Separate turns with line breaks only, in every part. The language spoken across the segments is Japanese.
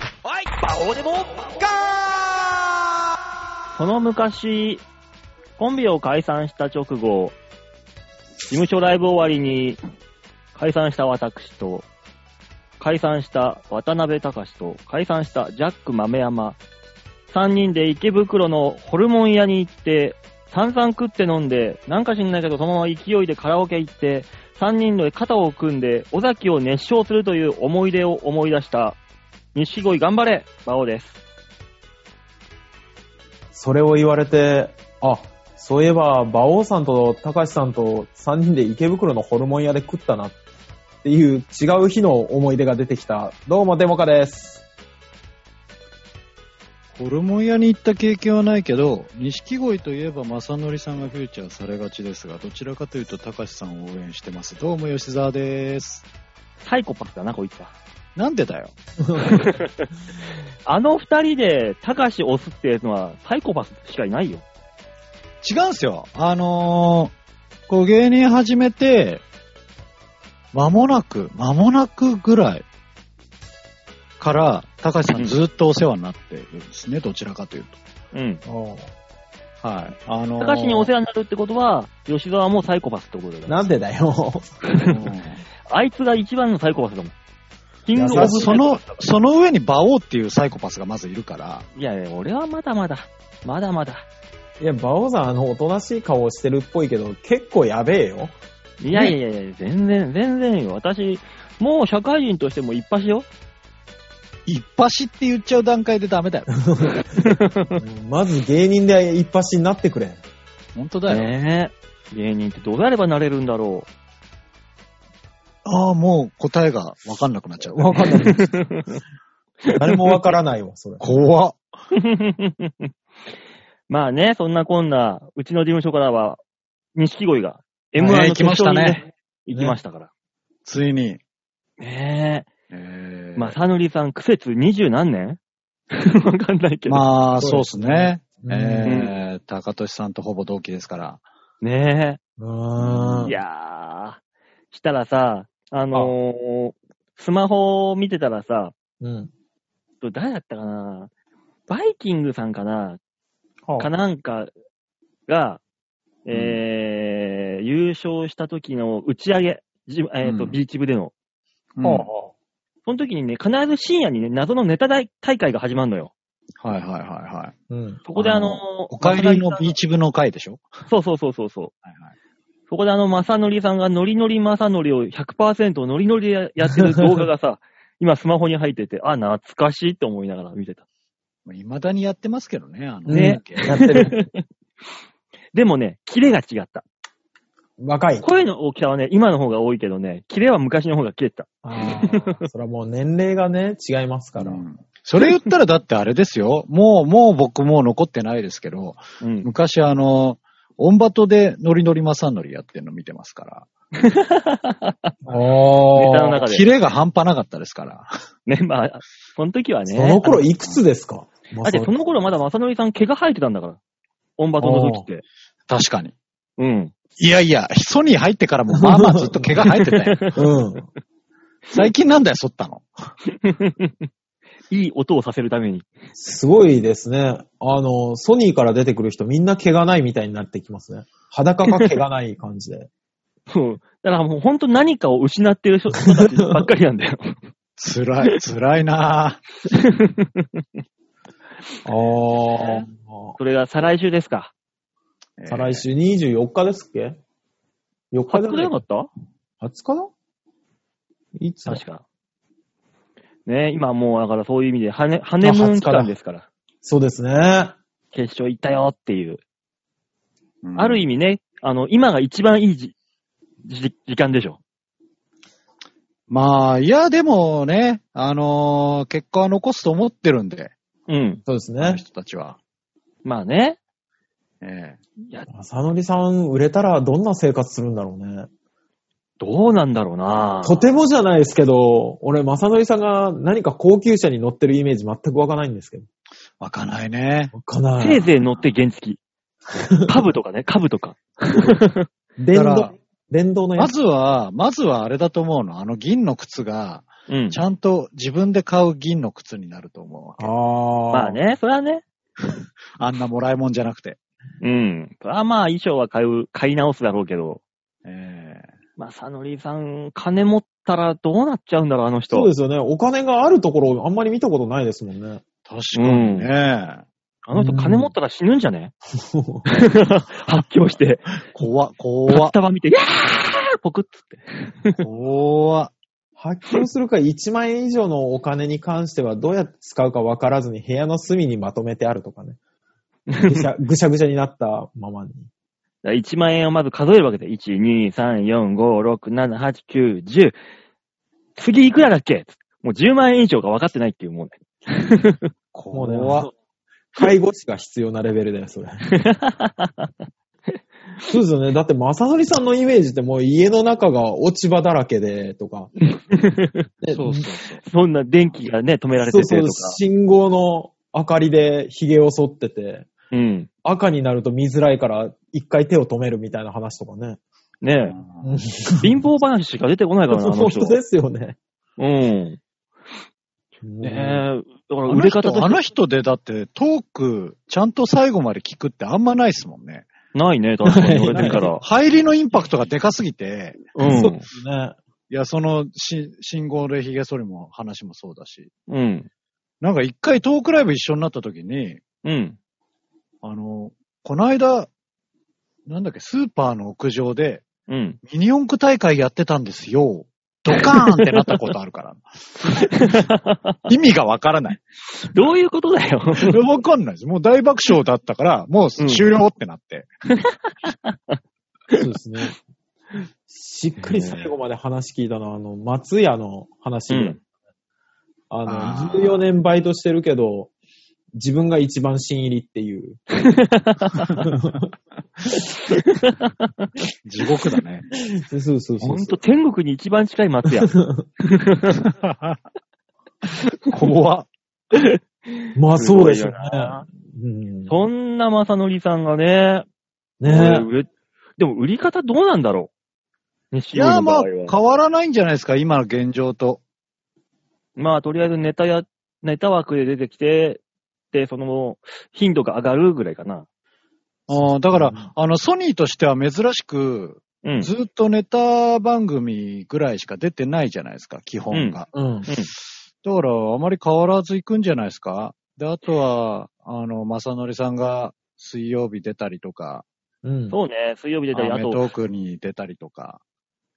どうでもガ
この昔、コンビを解散した直後、事務所ライブ終わりに、解散した私と、解散した渡辺隆と、解散したジャック豆山、3人で池袋のホルモン屋に行って、散々食って飲んで、なんか知んないけどそのまま勢いでカラオケ行って、3人で肩を組んで、尾崎を熱唱するという思い出を思い出した、錦鯉頑張れ、馬王です。
それを言われて、あ、そういえば、馬王さんと高橋さんと3人で池袋のホルモン屋で食ったなっていう違う日の思い出が出てきた。どうも、デモカです。
ホルモン屋に行った経験はないけど、錦鯉といえば正則さんがフューチャーされがちですが、どちらかというと高橋さんを応援してます。どうも吉沢です。
サイコパスだな、こいつは。
なんでだよ。
あの二人で、たかし押すっていうのは、サイコパスしかいないよ。
違うんすよ。あのー、こう芸人始めて、間もなく、間もなくぐらいから、高橋さんずっとお世話になってるんですね、どちらかという
うん。
と。はい。あのー、
たかしにお世話になるってことは、吉沢もサイコパスってことだよ。
なんでだよ。
うん
あいつが一番のサイコパスだもん。キングオ
いや
ブ
その、その上に馬王っていうサイコパスがまずいるから、
いやいや、俺はまだまだ。まだまだ。
いや、馬王さん、あの、おとなしい顔をしてるっぽいけど、結構やべえよ。
いやいやいや、全然、全然よ。私、もう社会人としても一発よ。
一発って言っちゃう段階でダメだよ。
うんまず芸人で一発になってくれ。
本当だよ。
ねえ。芸人ってどうやればなれるんだろ
ああ、もう答えがわかんなくなっちゃう。
わかんない。誰もわからないわ、それ。
怖っ。
う。 まあね、そんなこんな、うちの事務所からは、錦鯉が、M1 の
はい
決
来まし
勝
た
に、
ね。
行きましたから。
ついに。
ね
え
え。
ー
まさのりさん、苦節二十何年 わかんないけど。
まあ、そうですね。
うん
えー、高俊さんとほぼ同期ですから。
ね
うーん
え。いやー。したらさ、あのースマホを見てたらさ、
うん。
と誰だったかなバイキングさんかな
はあ
かなんかが、えー優勝した時の打ち上げ、じえーと
うん
ビーチ部での。
うん
は
は
その時にね、必ず深夜にね、謎のネタ大大会が始まるのよ。
いはいはいはい。
あうん。
そこであのー、
お帰りのビー
チ。
チ部の会でしょ
そうそうそうそうそう。
はいはい。
そこであの、まさのりさんがノリノリまさのりを100%ノリノリでやってる動画が さ、今スマホに入ってて、あ、懐かしいって思いながら見てた。
まあ未だにやってますけどね、あの、
ねやってる。
でもね、キレが違った。
若い。
声の大きさはね、今の方が多いけどね、キレは昔の方が切れてた。
ああ、それはもう年齢がね、違いますから。
うんそれ言ったらだってあれですよ。もう、もう僕もう残ってないですけど、
うん。
昔あの、オンバトでノリノリマサノリやってるの見てますか
おー
ネタの中
ら、
で
キレが半端なかったですから。
ね、まあ、その時はね。
その頃いくつですか
だってその頃まだ正則さん毛が生えてたんだから。オンバトの時って。
確かに。
うん。
いやいや、ソニー入ってから もまあまあずっと毛が生えてたよ。
うん。
最近なんだよ、剃ったの。
いい音をさせるために。
すごいですね。あの、ソニーから出てくる人みんな毛がないみたいになってきますね。裸が毛がない感じで。
そう。だからもう本当何かを失ってる人人たちばっかりなんだ よ。
辛い、辛いなぁ。
あー。
それが再来週ですか。
再来週24日ですっけ ?4 日
20
じゃ
日じゃ
な
なか
い
った
20日だいつだ
確か。ね今もうだからそういう意味で、ハネ、ハネムーン期間ですから。
そうですね。
決勝行ったよっていう。
えー。
ある意
味。
味ね、あの、今が一番いいじ、じ、時間でしょ。
まあ、いや、でもね、あのー結果は残すと思ってるんで、
うん。
そうです
あの
ね。
人たちは。
まあね。
ええ
いや、
浅野さん売れたらどんな生活するんだろうね。
どうなんだろうな
とてもじゃないですけど、俺、正則さんが何か高級車に乗ってるイメージ全く湧かないんですけど。
湧かないね。
湧かな
せい
い。
ぜい乗って原 付き。カブとかね、カブとか。
電
だから
動、電動のや
ま
つ。
ずは、まずはあれだと思うの。あの銀の靴が、
うん
ち。ゃんと自分で買う銀の靴になると思うわけ。
ああ。
まあ。ね、それはね。
あんなもらいもんじゃなくて。
うん。それはまあ衣装は買う、買い直すだろうけど。
え
まあ、サノリさん、金持ったらどうなっちゃうんだろう、あの人。
そうですよね。お金があるところ、あんまり見たことないですもんね。
ー確かにね。
あの人
うん
金持ったら死ぬんじゃね 発狂して。
怖っ、怖
バ
っ
ッ、タバ見て、やーポクッつって。
怖っ。
発狂するか1万円以上のお金に関してはどうやって使うか分からずに部屋の隅にまとめてあるとかね。ぐしゃぐしゃぐしゃになったままに。
だから1万円をまず数えるわけで。1、2、3、4、5、6、7、8、9、10。次いくらだっけもう10万円以上が分かってないっていうもんね。
もうね
怖っ。
介護士が必要なレベルだよ、それ。そうですよね。だって、まさのりさんのイメージってもう家の中が落ち葉だらけで、とか。ね
そうそうそう。
そんな電気がね、止められて
そう
てと
そ
か。、
う信号の明かりで髭を剃ってて、
うん。
赤になると見づらいから一回手を止めるみたいな話とかね。
ねえ。貧乏話しか出てこないからな、あの
本
人。
当ですよね。
うん。ねえ。だから
あ
売
の
れ方
人
と
あの人でだってトークちゃんと最後まで聞くってあんまないっすもんね。
ないね、確かに言われてみた ら。
入りのインパクトがでかすぎて、
う
そうで
ん。
すね。
いや、そのし信号でヒゲ剃りも話もそうだし、
うん。
なんか一回トークライブ一緒になった時に、
うん。
あの、この間、なんだっけ、スーパーの屋上で
うん。
ミニ四駆大会やってたんですよ。ドカーンってなったことあるから。 意味がわからない。
どういうことだよ。
わかんないです。もう大爆笑だったから、もう終了ってなって。
そうですね。しっかり最後まで話聞いたのは、あの、松屋の話ぐらい。
うん
あ
あ
の、
ー
14年バイトしてるけど、自分が一番新入りっていう。
地獄だ ね。
そうそうそうそ
ほ
うん
と天国に一番近い松屋。
怖っ。
まあそうです
すご
よ
いよ
ね
な。
うん、
そんな正則さんがね、これ
ね
売れでも売り方どうなんだろう。ね
いや、まあ、
塩の
変
場合は
わらないんじゃないですか、今の現状と。
まあ、とりあえずネタや、ネタ枠で出てきて、で、その、頻度が上がるぐらいかな。
あーだか
うん
ら、あの、ソニーとしては珍しく、
うん。
ずっとネタ番組ぐらいしか出てないじゃないですか、基本が。
うん。
だから、あまり変わらず行くんじゃないですか。で、あとは、あの、まさのりさんが水曜日出たりとか、
うん。
そうね、水曜日出
ア
たり、あ
メト
と、
ークに出たりとか。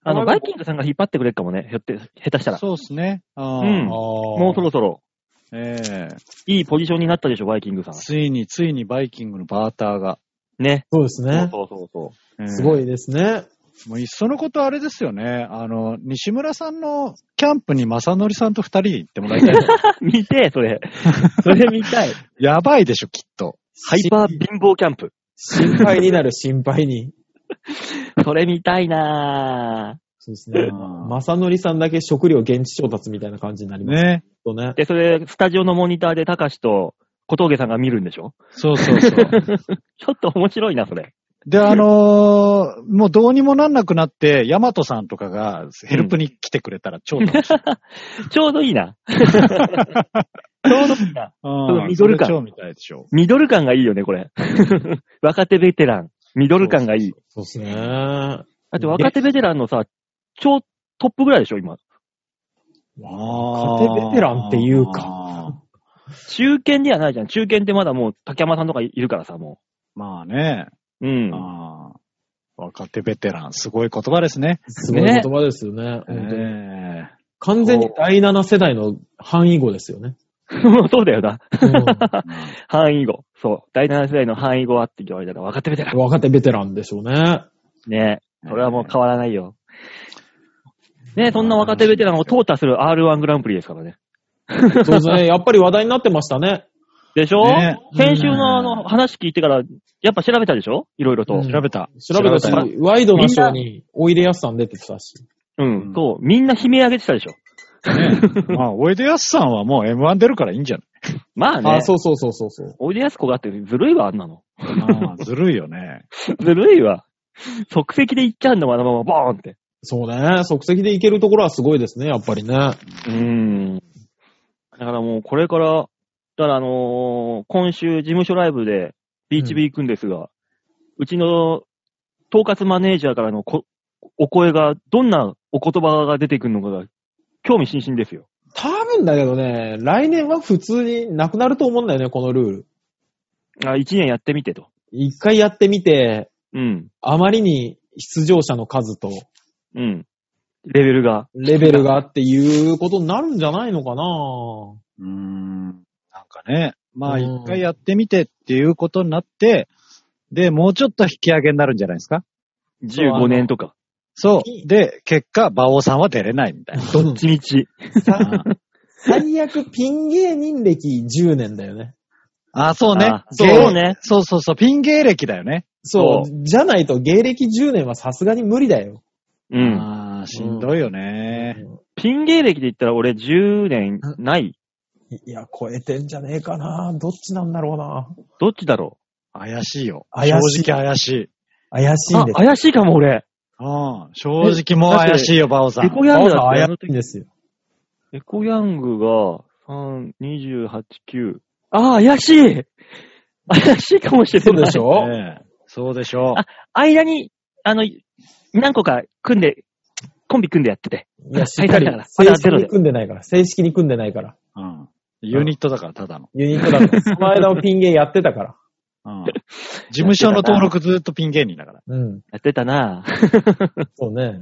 あの、バイキングさんが引っ張ってくれるかもね、ひょって、下手したら。
そうですね。あー
うんも
も
うそろそろ、
ええ
いいポジションになったでしょ、バイキングさん。
ついに、ついにバイキングのバーターが。
ね。
そうですね。
そうそうそう
すご
い。
いですね。
もういっそのことあれですよね。あの、西村さんのキャンプに正則さんと二人で行ってもらいたい。
そう。 見て、それ。それ見たい。
やばいでしょ、きっと。
ハイパー貧乏キャンプ。
心配になる心配に。
それ見たいなぁ。
そうですね。
うん
まさのりさんだけ食料現地調達みたいな感じになります
ね。
とね。
で、それ、スタジオのモニターで、たかしと小峠さんが見るんでしょ
そうそうそう。
ちょっと面白いな、それ。
で、あのーもうどうにもなんなくなって、ヤマトさんとかがヘルプに来てくれたら超楽しい。
ちょうどいいな。ちょうどいいな。
うん
ミドル感
それ超みたいでしょ。
ミドル感がいいよね、これ。 若手ベテラン。ミドル感がいい。
そうですね。あ
だって若手ベテランのさ、超トップぐらいでしょ、今。
若手ベテランっていうか。
か。
中堅ではないじゃん。中堅ってまだもう、竹山さんとかいるからさ、も
まあね。
う。うん。
あー若手ベテラン、すごい言葉ですね。
すごい言葉ですよね。
え
本当に
ー
完全に第7世代の範囲語ですよね。
そうだよな。
う
範囲語。そう。第7世代の範囲語はって言われたら若手ベテラ
ん、若手ベテランでしょうね。
ン。ねそれはもう変わらないよ。ねそんな若手ベテランを淘汰する R1 グランプリですからね。
そうです ね。やっぱり話題になってましたね。
でしょ、
ね
先週のあ
う
の
ん
話聞いてから、やっぱ調べたでしょいろいろと。
調べた。
調べたし
調べ、
ワイドなショーにおいでやすさん出てきたし。
うん、
うん
そう。みんな悲鳴上げてたでしょ
ねまあ、おいでやすさんはもう M1 出るからいいんじゃない
まあね。
あ、そうそうそうそうそう。
おいでやすこがってずるいわ、あんなの。
ずるいよね。
ずるいわ。即席で行っちゃうんだもん、あのままボーンって。
そうね。即席でいけるところはすごいですね、やっぱりね。
うん。だからもうこれから、だからあのー今週事務所ライブでビーチビー行くんですが、うちの統括マネージャーからのこお声が、どんなお言葉が出てくるのかが、興味津々ですよ。
多分だけどね、来年は普通になくなると思うんだよね、このルール。
あ、一年やってみてと。
一回やってみて、
うん。
あまりに出場者の数と
うん。レベルが。
レベルがっていうことになるんじゃないのかな
うーん。なんかね、まあ
うん
一回やってみてっていうことになって、で、もうちょっと引き上げになるんじゃないですか
15年とか。
そう。で、結果、馬王さんは出れないみたいな。
どっちみち。
あ
最悪ピン芸人歴10年だよね。
あ、そうね
あ。そうね。
そうそうそう、ピン芸歴だよね。
そう。
そ
じゃないと芸歴10年はさすがに無理だよ。
うん。
ああ、しんどいよね。
ピン芸歴で言ったら俺10年ない。
いや、超えてんじゃねえかなどっちなんだろうな
どっちだろ
怪しいよ。
怪しい
正直怪しい。
怪し
う。
いん
あ、
です。
怪しいかも俺。
うん。正直もう怪しいよ、馬王さ
エ
ん。
コギャングだ
あ
ってあ
怪
の
しいんですよ。
エコヤングが、3、28、9。ああ、怪しい怪しいかもしれ
そう
ない。
でしょ
ねえそうでしょう。
あ間に、あの、何個か組んで、コンビ組んでやってて。
いや、しっかり
はいはいだからま
正
だ
式
ゼロで
に組んでないから、正式に組んでないから。
うん。ユニットだから、ただの。
ユニットだ から。その間もピン芸やってたから。
うん。 事務所の登録ずっとピン芸人だから。
うん。
やってたなぁ。
そうね。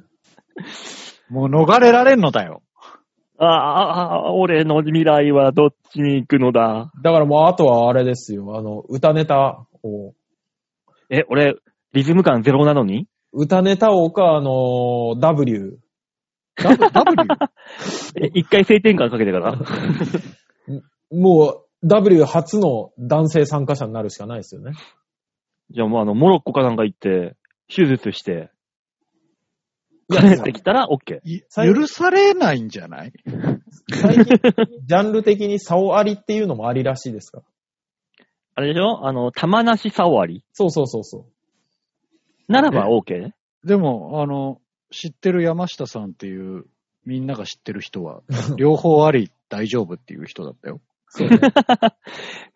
もう逃れられんのだよ。
あああ、俺の未来はどっちに行くのだ。
だからもうあとはあれですよ。あの、歌ネタを、
え、俺、リズム感ゼロなのに
歌ネタをか、あのー W。
ダブ W?
え、一回性転換かけてから。
もう、W 初の男性参加者になるしかないで すよね。
じゃあもうあの、モロッコかなんか行って、手術して、
いや
帰ってきたら OK。
い
最
許されないんじゃない
最近、ジャンル的に竿ありっていうのもありらしいですから。
あれでしょあの、玉なし触り。
そうそうそうそ
ならば OK ね。
でも、あの、知ってる山下さんっていう、みんなが知ってる人 は、両方あり大丈夫っていう人だったよ。
う。そうね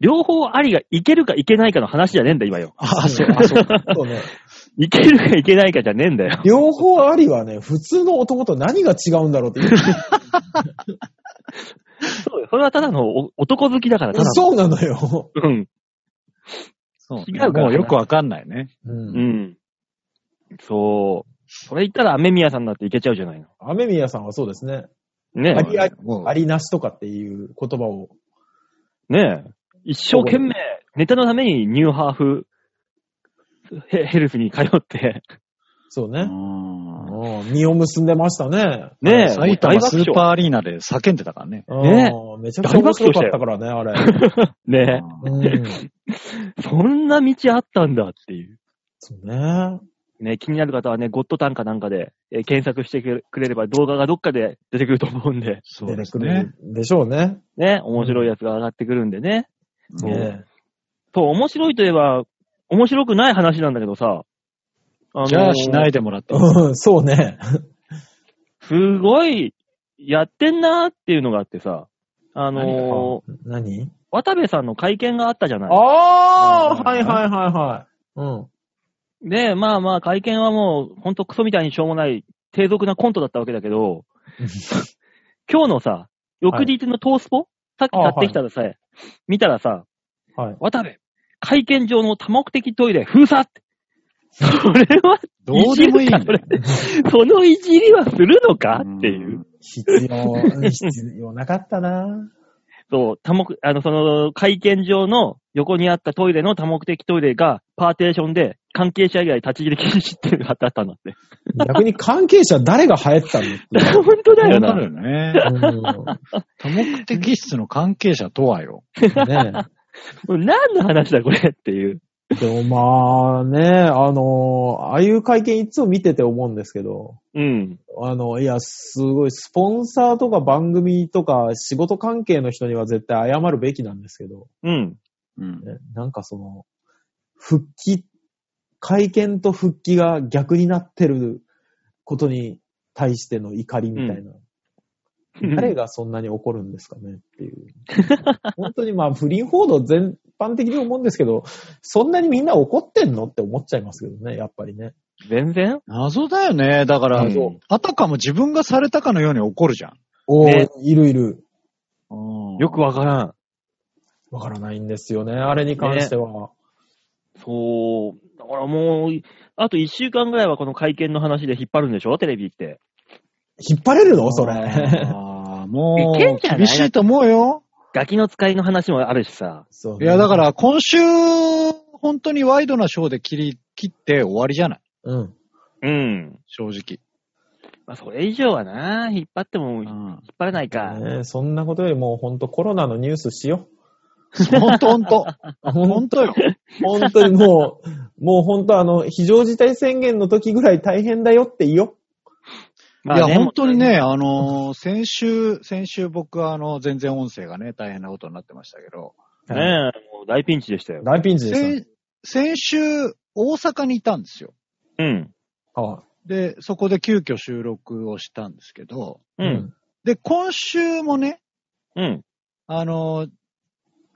両方ありがいけるかいけないかの話じゃねえんだ、今よ。
あ、そう、あ、そう。
そ うね。
いけるかいけないかじゃねえんだよ。
両方ありはね、普通の男と何が違うんだろうって いう。
そうよ。それはただのお男好きだから、ただの。
そうなのよ。
うん。
そう
違うからな
もうよくわかんないね。
う。
うんん。そう。それ言ったら、雨宮さんだっていけちゃうじゃないの。
雨宮さんはそうですね。
ね
ありあり
もう
ありなしとかっていう言葉を。
え。ねえ。一生懸命、ネタのためにニューハーフヘヘルスに通って、
そう
う
ね。
ん
うん身を結んでましたね。
ねえ。
埼
もう大
玉
爆
スー
笑
パーアリーナで叫んでたからね。
ね
うんめちゃくちゃ面白かったからね、あれ。
ね
う
うんん。
え。そんな道あったんだっていう。
そうね。
ね、気になる方はね、ゴッドタンかなんかで、えー検索してくれれば動画がどっかで出てくると思うんで、
そう
出
で
て
す
く
ね。
るでしょうね。
ね、面白いやつが上がってくるんでね。
そう
ね
ね
そう、面白いといえば、面白くない話なんだけどさ、あのー
じゃあしないでもらっていい
うんそうね。
すごい、やってんなーっていうのがあってさ、あのー
何
渡部さんの会見があったじゃない。
あ
う
あ
ん
はいはいはいはい。うん。
で、まあまあ、会見はもう、ほんとクソみたいにしょうもない、低俗なコントだったわけだけど、今日のさ、翌日のトースポ、さっき買ってきたらさ、見たらさ、
はい。
渡部、会見場の多目的トイレ封鎖って。それは、
どうでもいいんだよ
いじるかそのいじりはするのかっていう。
必要、必要なかったな。
そう、多目、あの、その、会見場の横にあったトイレの多目的トイレが、パーテーションで、関係者以外立ち入り禁止っていうのがあったんだって。
逆に関係者誰が流行ったんだっていう。
本当だよ
本当だ
な。
よね。
う
多目的室の関係者とはよ。
んね
何の話だこれっていう。
でもまあね、あのああいう会見いつも見てて思うんですけど、
うん。
あの、いや、すごい、スポンサーとか番組とか仕事関係の人には絶対謝るべきなんですけど、
うん。
うん。
ねなんかその、復帰、会見と復帰が逆になってることに対しての怒りみたいな。誰がそんなに怒るんですかねっていう。本当にまあ不倫報道全般的に思うんですけど、そんなにみんな怒ってんのって思っちゃいますけどね、やっぱりね。
全然
謎だよね。だから、
うん
あたかも自分がされたかのように怒るじゃん。
おー、
ね
いるいる。
よくわからん。
わからないんですよね、あれに関しては。
そう。だからもう、あと一週間ぐらいはこの会見の話で引っ張るんでしょテレビって。
引っ張れるのそれ。
あーも
いけん
う、
じゃない
厳しいと思うよ。
ガキの使いの話もあるしさ。
そう
い
ね
や、だか。ら今週、本当にワイドなショーで切り、切って終わりじゃない
うん。
うん。
正直。
まあ、それ以上はな、引っ張っても引っ
ん。
張れないか。
ね、そんなことよりも、ほんとコロナのニュースしよ
ほんとほんと。
う。
ほんとよ。
本当にもう、もう本当あの、非常事態宣言の時ぐらい大変だよって言いよ。
まあ
いや、
ね
本当に。ね、あのー先週、先週僕はあの、全然音声がね、大変なことになってましたけど、
ねえ、もう大ピンチでしたよ。
大ピンチでし
先先週、大阪にいたんですよ。
うん。
た。は
で、そこで急遽収録をしたんですけど、
い
うん。。
で、今週もね、
うん。
あのー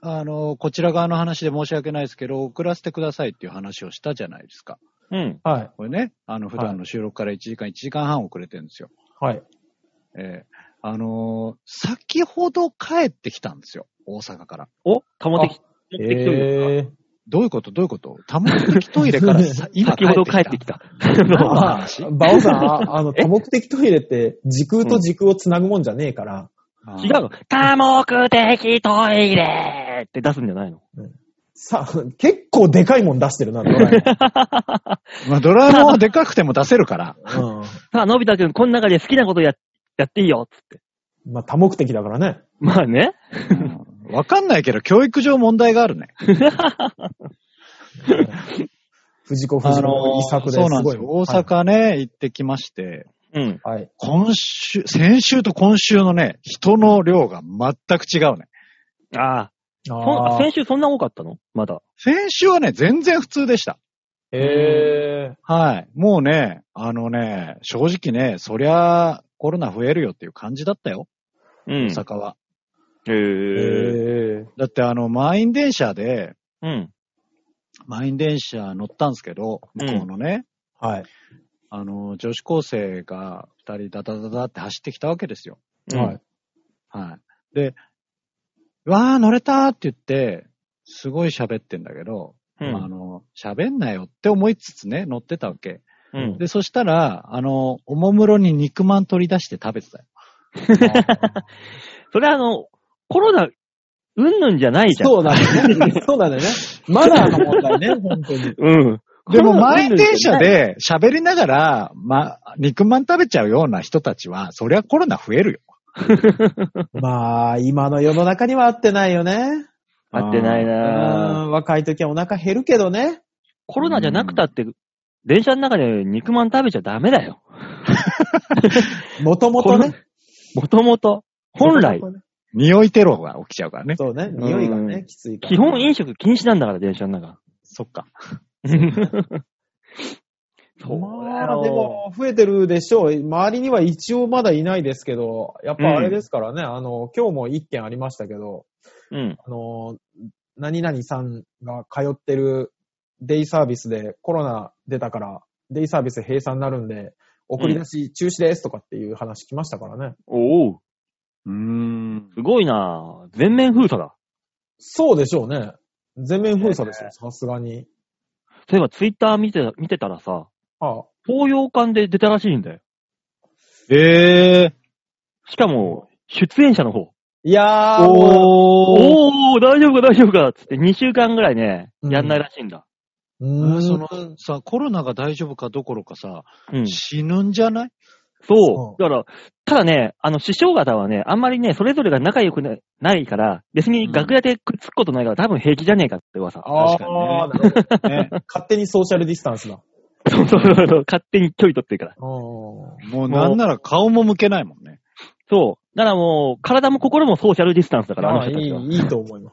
あのーこちら側の話で申し訳ないですけど、送らせてくださいっていう話をしたじゃないですか。
うん。
はい。
これね、あの、普段の収録から1時間、1時間半遅れてるんですよ。
はい。
えーあのー先ほど帰ってきたんですよ。大阪から。
お保てき、持ってきとるよ
え
どういうことどういうこと多目的トイレか らさ今
先ほど帰ってき
た。
た。
何の
あ
話
ー、バオさん、 ああの、多目的トイレって時空と時空をつなぐもんじゃねえ から、
違うの。多目的トイレって出すんじゃないの
さ、結構でかいもん出してるな、ドラえ
まあ、ドラえもんはでかくても出せるから。
もん。
さあ、のび太くん、この中で好きなことや、やっていいよ、つって。
うん。まあ、多目的だからね。
まあね。
うんわかんないけど、教育上問題があるね。
藤子不二雄の遺作です
そうなんで
ご
す
い。
よ。大阪ね、行ってきまして、
うん。
はい。はい。
今週、先週と今週のね、人の量が全く違うね。
ああ。そん
あ
あ
ー
先週そんな多かったのまだ。
先週はね、全然普通でした。
へえ。
はい。もうね、あのね、正直ね、そりゃ、コロナ増えるよっていう感じだったよ、
うん
大阪は。
へえ。
へえ。
だってあの、満員電車で、
うん。
満員電車乗ったんですけど、
うん
向こうのね、
はい。
あの、女子高生が二人ダダダダって走ってきたわけですよ。
はい。
はい。で、うわー、乗れたーって言って、すごい喋ってんだけど、
うん。
あの、喋んなよって思いつつね、乗ってたわけ。
うん。
で、そしたら、あの、おもむろに肉まん取り出して食べてたよ。
それあの、コロナ、うんぬんじゃないじゃん。
そうなんだね。 そうなんだよね。マナーの問題ね、本当に。
うん。
でも
コロナ
満員電車。
うんぬんじ
で喋りながら、ま、肉まん食べちゃうような人たちは、そりゃコロナ増えるよ。
まあ、今の世の中には合ってないよね。
ゃ合ってないうなぁ
ん、若い時はお腹減るけどね。
コロナじゃなくたって、電車の中で肉まん食べちゃダメだよ。
もともとね。
もともと。本来、
元々ね
匂いテロが起きちゃうからね。
そうね、匂いが
う
ね、
ん
きついか
基
ら。
本飲食禁止なんだから、電車の中。
そっか。
そうだ
まあ、
よ。
でも、増えてるでしょう。周りには一応まだいないですけど、やっぱあれですからね、あの、今日も一件ありましたけど、
うん。
あの、何々さんが通ってるデイサービスでコロナ出たから、デイサービス閉鎖になるんで、送り出し中止ですとかっていう話来ましたからね。
おお
うーん。
すごいなぁ全面封鎖だ。
そうでしょうね。全面封鎖ですよ、さすがに。
そういえば、ツイッター見て、見てたらさ、
ああ
東洋館で出たらしいんだよ。
ええ
しかも、出演者の方。
いやー、も
お
お
ー。
ー、大丈夫か大丈夫かっつって2週間ぐらいね、
うん
やんないらしいんだ。
ううーん
そのさ、コロナが大丈夫かどころかさ、
うん。そ
死ぬんじゃないう
そ。う
だから、ただね、あの、師匠方はね、あんまりね、それぞれが仲良くなないから、別に楽屋でくっつくことないから、多分平気じゃねえかって噂。
あ
確かにね
あ、なるほど。
ね。
勝手にソーシャルディスタンスだ。
そうそうそうそう、勝手に距離取ってるから。
うん
もうなんなら顔も向けないもんね。
そう。だからもう、体も心もソーシャルディスタンスだから、あの
まあ、い
人たちは。
い、いいと思いま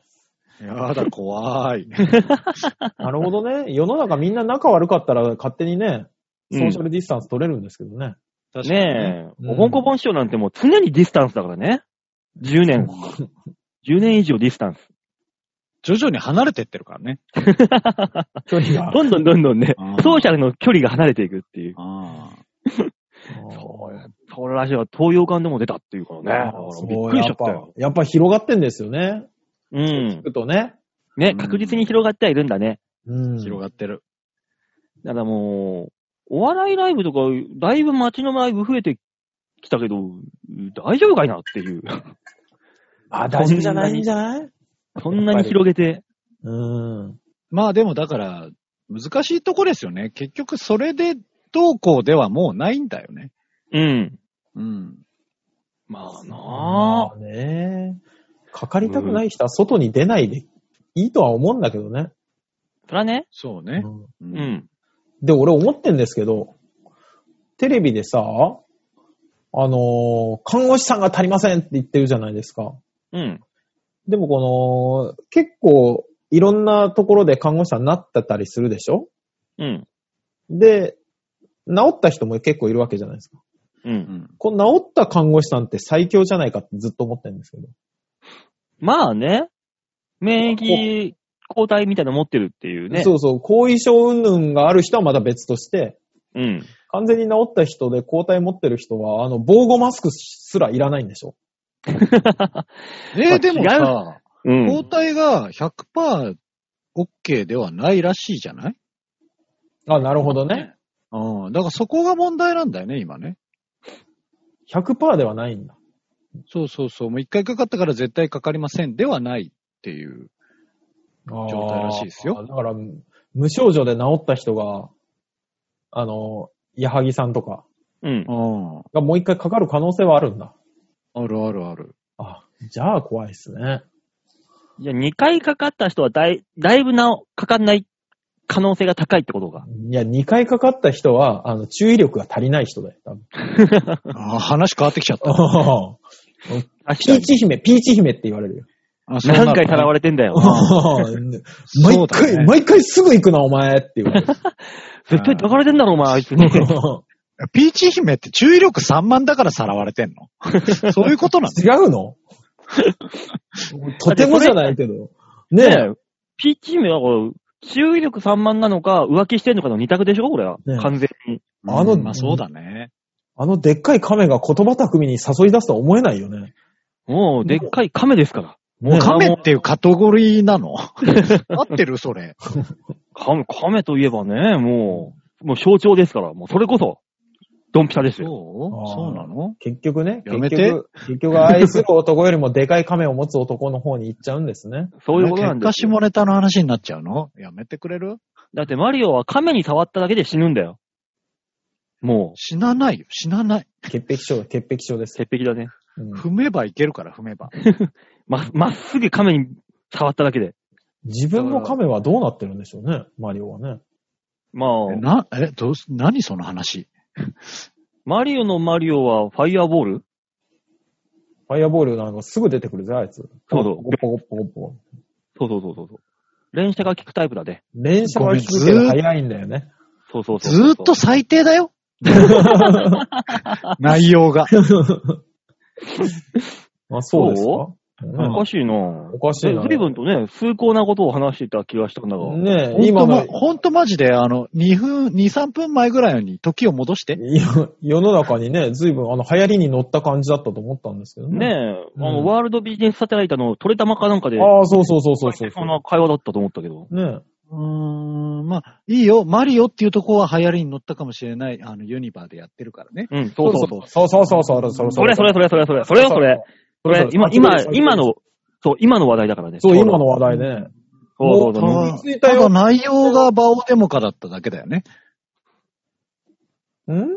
す。
やだ、怖 い。
なるほどね。世の中みんな仲悪かったら勝手にね、ソ
うん
ーシャルディスタンス取れるんですけどね。
確かにね。
ねえ、
うん
おぼんこぼん師匠なんてもう常にディスタンスだからね。10年。10年以上ディスタンス。
徐々に離れてってるからね。
距離が。
どんどんどんどんね
あ、ー
奏者の距離が離れていくっていう。
ああ。
そうや。それらしいわ。東洋館でも出たっていうからね。だからびっくりしちゃったよ。
そうやっぱやっぱ広がってんですよね。
う
聞
ん。
くとね。
ね、確実に広がってはいるんだね。
うん。
広がってる。
だからもう、お笑いライブとか、だいぶ街のライブ増えてきたけど、大丈夫かいなっていう。
あ、大丈夫じゃないんじゃない
そんなに広げて。
うん。
まあでもだから、難しいとこですよね。結局それでどうこうではもうないんだよね。
うん。
うん。
まあな
あ。ねかかりたくない人は外に出ないでいいとは思うんだけどね。
あ。そらね。
そう
う
ね。
ん
う
う。ん。
で、俺思ってんですけど、テレビでさ、あのー看護師さんが足りませんって言ってるじゃないですか。
うん。
でもこの、結構いろんなところで看護師さんになってたりするでしょ
うん。
で、治った人も結構いるわけじゃないですか。
うん。
この治った看護師さんって最強じゃないかってずっと思ってるんですけど。
まあね。免疫抗体みたいなの持ってるっていうね。
そうそう、後遺症云々がある人はまだ別として、
うん。
完全に治った人で抗体持ってる人は、あの、防護マスクすらいらないんでしょ
え
まあ
ー、でもさ、
う
抗
ん。
体が 100%OK ではないらしいじゃない
あ、なるほどね。
うん。だからそこが問題なんだよね、今ね。
100%ではないんだ。
そうそうそう。もう一回かかったから絶対かかりませんではないっていう。状態らしいですよ
あーだから、無症状で治った人が、あの、矢作さんとか
うん。
うん。あ
がもう一回かかる可能性はあるんだ。
るあるある。
あ、じゃあ怖いですね。
じゃあ2回かかった人はだい、だいぶなお、かかんない可能性が高いってことか。
いや、2回かかった人は、あの、注意力が足りない人だよ、多分。
あー話変わってきちゃった。
あ、
ピーチ姫、ピーチ姫って言われるよ。
あそうな
何回さらわ
れ
れてんだよ。
毎回、毎回すぐ行くな、お前って言われ る。
絶対抱かれてんだろ、お前、あいつに。
ピーチ姫って注意力3万だからさらわれてん のそういうことな
違うのとてもじゃないけど。ね
ねえ。ピーチ姫はこう、注意力散漫なのか、浮気してんのかの二択でしょこれは。
ねえ
完全に。
の
あの
うんまあそうだね。
あのでっかい亀が言葉巧みに誘い出すとは思えないよね。
もう、でっかい亀ですから。
も
か
亀っていうカテゴリーなの 合ってるそれ。
亀、亀といえばね、もう、もう象徴ですから。もう、それこそ、ドンピシャです
そう
よ。
そうなの
結局ね、
やめ
結
て
局、結局愛する男よりもでかい亀を持つ男の方に行っちゃうんですね。
そういうことなんで
結果
すよ。
下ネタの話になっちゃうのやめてくれる
だってマリオは亀に触っただけで死ぬんだよ。も
死なないよ、死なない。
潔癖症、潔癖症で
う、
す。
鉄壁だね。
うん
踏めばいけるから踏めば。
ま、まっすぐ亀に触っただけで。
自分の亀はどうなってるんでしょうね、マリオはね。
まあ、
えな、え、どうす、何その話
マリオのマリオはファイアボール
ファイアボールなんかすぐ出てくるぜ、あいつ。
そうそう
ゴッポゴッポゴッポゴッ
そ
ポ。
うそうそうそうそう。連射が効くタイプだね。
連射は効くけど早いんだよね。
そうそうそう
ず
そう
ーっと最低 だよ内容が。
あ、そうですか
う
おかしいな
おかしいな
ずいぶんとね、崇高なことを話していた気がしたんだが。
うんねえ、
本
今
当ま
の、
ほんとマジで、あの、2分、2、3分前ぐらいに時を戻して。
世世の中にね、随分あの流行りに乗った感じだったと思ったんですけど
ねえ
ね。、
あの、
うん
ワールドビジネスサテライトの取れたまかなんかで、
ああ、そうそうそうそうそう
そんな会話だったと思ったけど。
ね
うーん、まあ、いいよ。マリオっていうとこは流行りに乗ったかもしれない。あの、ユニバーでやってるからね。
うん、そうそうそう。
そうそうそうそうそう。
それそれそれそれそれ、それよそれ。それ、今、今、今。の、そう、今の話題だからね。
そう、
ちょ
今
ど
の話題ね。
そうそうそ
も
うう。
思いついた
ただ
よ。
内容がバオデモカだっただけだよね。
ん
うん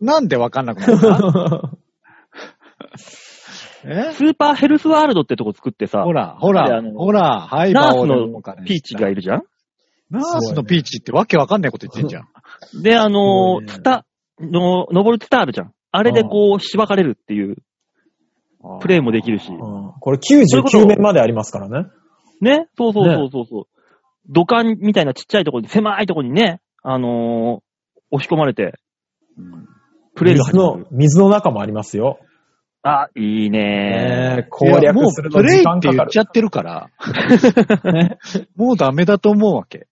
なんでわかんなくなった え
スーパーヘルスワールドってとこ作ってさ
ほ、ら、ほ
で
ら
あ、の
ほら、はい、
ナー
バオ
ス
デモ
の
カね
ピーチがいるじゃん
ナースのピーチってわけわかんないこと言ってんじゃん。
で、あの
すごいね
ー、ツタ、の、登るツタあるじゃん。あれでこう、しばかれるっていう、プレイもできるし。
うん これ99面までありますからね。
ねそうそうそうそうそう。土管みたいなちっちゃいところに、狭いところにね、あのー押し込まれて、
うん
プレイが
水
始ま
の
る。、
水の中もありますよ。
あ、いいね
ねえ攻
いやも
略
う
する
プ
の
レイ
時
っ
間
て
か
言
か
っ
る
ち。ゃってるから、もうダメだと思うわけ。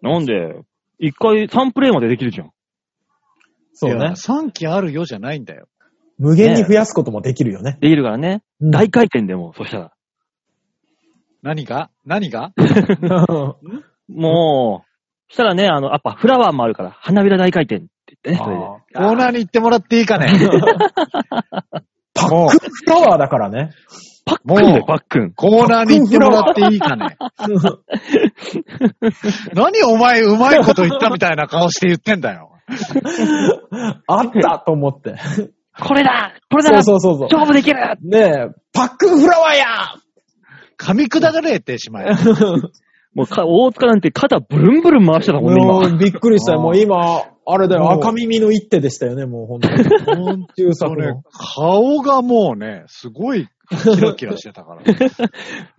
なんで、一回3プレイまでできるじゃん。
そうね。
3機あるよじゃないんだよ。
無限に増やすこともできるよね。
できるからね。
うん
大回転でも、そしたら。
何が何が
もう、そしたらね、あの、やっぱフラワーもあるから、花びら大回転って言ってね、それで。
あー
コーナーに行ってもらっていいかね
パッ
もう、
クンフラワーだからね。
パックンだ
も
よ、
う
パックン。
コーナーに行ってもらっていいかね何お前うまいこと言ったみたいな顔して言ってんだよ。
あったと思って。
これだこれだ
そうそうそうそう。
勝負できる
ねえ、パックンフラワーや
噛み砕かれてし まえ。
もうか、大塚なんて肩ブルンブルン回してたもんね、
もう
今。
びっくりしたよ。
あー
もう今、あれだよ、
もう
赤耳の一手でしたよね、もう本当に。
ほん
中
と
作
ね
の。、
顔がもうね、すごいキラキラしてたから。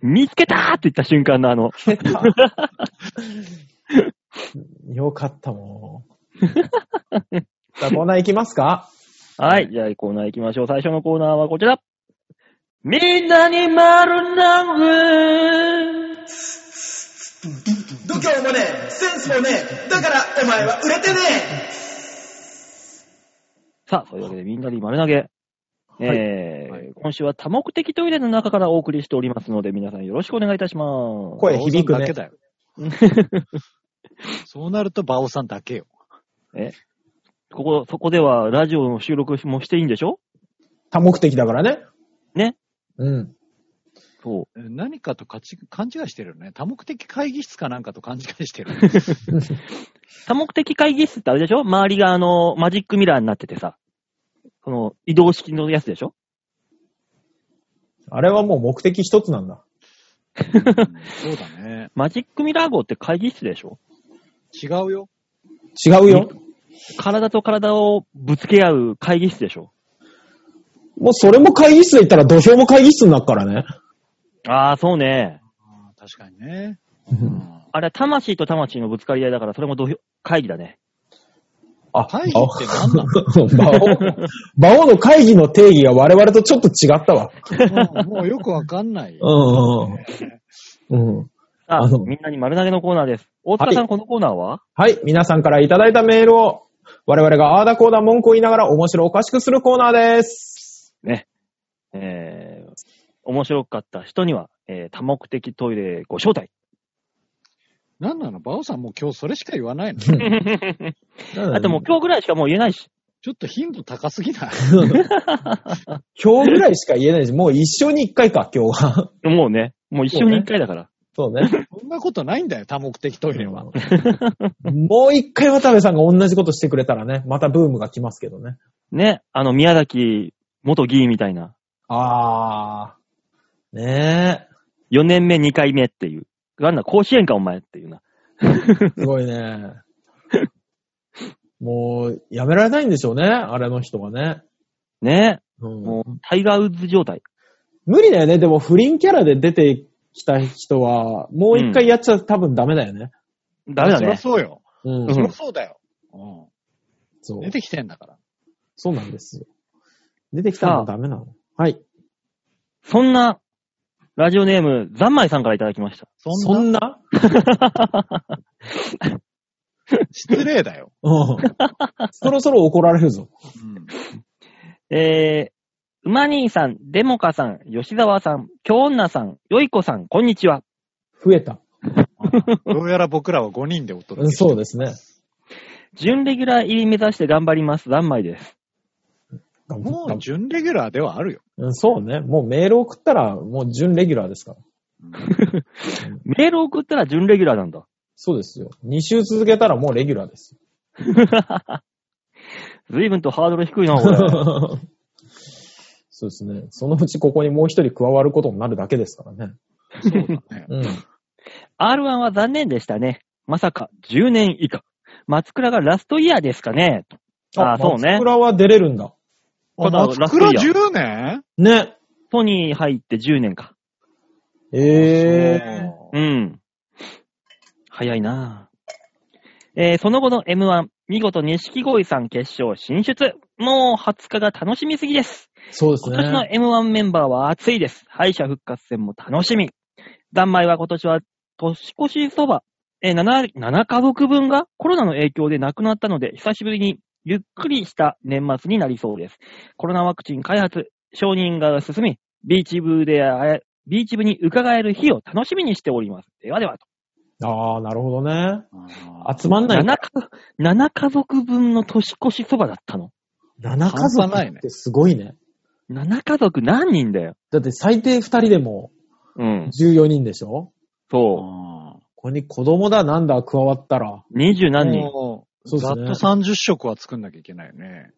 見つけたーって言った瞬間のあの、
よかったもん。じゃあコーナー行きますか
はい、じゃあコーナー行きましょう。最初のコーナーはこちら。みんなに丸投げ
度胸もねえ、センスもねえ、だからお前は売れてねえ
さあ、というわけでみんなに丸投げ。えー
はい
今週は多目的トイレの中からお送りしておりますので、皆さんよろしくお願いいたします。
声響くね
馬王さんだけだよ。 そうなると、バオさんだけよ。
ここ、そこではラジオの収録もしていいんでしょ
多目的だからね。
ね。
うん。
そう。
何かとかち勘違いしてるよね。多目的会議室かなんかと勘違いして る。
多目的会議室ってあれでしょ周りがあの、マジックミラーになっててさ、この移動式のやつでしょ
あれはもう目的一つなんだ。
うんそうだね。
マジックミラー号って会議室でしょ
違うよ。
違うよ。
体と体をぶつけ合う会議室でしょ
もうそれも会議室で言ったら土俵も会議室になるからね。
ああ、そうね。
あー確かに ね。
あれは魂と魂のぶつかり合いだから、それも土俵会議だね。
あ、
会議って何
馬
な
王、馬王の会議の定義が我々とちょっと違ったわ。
のもうもうよくわかんな
う
い。
んうんうん。うん。
さあ、
あそう
みんなに丸投げのコーナーです。大塚さん、
は
このコーナーは
はい、皆さんからいただいたメールを、我々があーだこーだ文句を言いながら面白おかしくするコーナーです。
ね。えー、面白かった人には、えー多目的トイレご招待。
何なのバオさんもう今日それしか言わな いの
あともう今日ぐらいしかもう言えないし。
ちょっと頻度高す ぎない
今日ぐらいしか言えないし、もう一生に一回か、今日 は。
もうね、もう一生に一回だから。
そうね。
そんなことないんだよ、多目的トイレは。
もう一回渡部さんが同じことしてくれたらね、またブームが来ますけどね。
ね、あの、宮崎元議員みたいな、
あー。ね
4年目2回目っていう。なんだ、甲子園かお前っていうな。
え。すごいね。もう、やめられないんでしょうね、あれの人はね。
ね、
うん
もう、タイガーウッズ状態。
無理だよね。でも不倫キャラで出てきた人は、もう一回やっちゃ多分ダメだよね。
ダメだ
そりゃ
ね。
そうよ。
うん。
うん
そりゃそうだよ。うん
そう
出。てきてんだから。
そうなんですよ。出てきたらダメなの。はい。
そんな、ラジオネーム、ザンマイさんからいただきました。
そ
そ
んなん
な
失礼だよ。
うん。 そろそろ怒られるぞ。
うん
えー、馬兄さん、デモカさん、吉沢さん、京女さん、よいこさん、こんにちは。
増えた。
どうやら僕らは5人でお届
うん
けして
そう
る
ですね。
準レギュラー入り目指して頑張ります、ザンマイです。
頑張
も
った
う準レギュラーではあるよ。
うんそうね。もうメール送ったら、もう準レギュラーですから。
メール送ったら準レギュラーなんだ。
そうですよ。2週続けたらもうレギュラーです。
随分とハードル低いな、これ。
そうですね。そのうちここにもう一人加わることになるだけですからね。
そうだね。
うん。
R1 は残念でしたね。まさか10年以下。松倉がラストイヤーですかね。あそうね
松倉は出れるんだ。
あ、
ただ
松倉10年
ね。
ソニー入って10年か。
ええ
うん。早いなぁえーその後の M1、見事、錦鯉さん決勝進出。もう20日が楽しみすぎです。
そうです
今年の
ね。
M1 メンバーは熱いです。敗者復活戦も楽しみ。残米は今年は年越しそば、えー7、7家族分がコロナの影響でなくなったので、久しぶりにゆっくりした年末になりそうです。コロナワクチン開発、承認が進み、ビーチ部で、えビーチ部に伺える日を楽しみにしております。ではではと。
ああ、なるほどね。
あ
集まんない。
7, か7家族分の年越しそばだったの。
7家
半
族
端ない
っ
ね
てすごいね。
7家族何人だよ。
だって最低2人でも
うん。
14人でしょ
そ
これに子供だなんだ加わったら。
う。二十何人。
もう
そうで
ざ
す
っ
ね
と30食は作んなきゃいけないよね。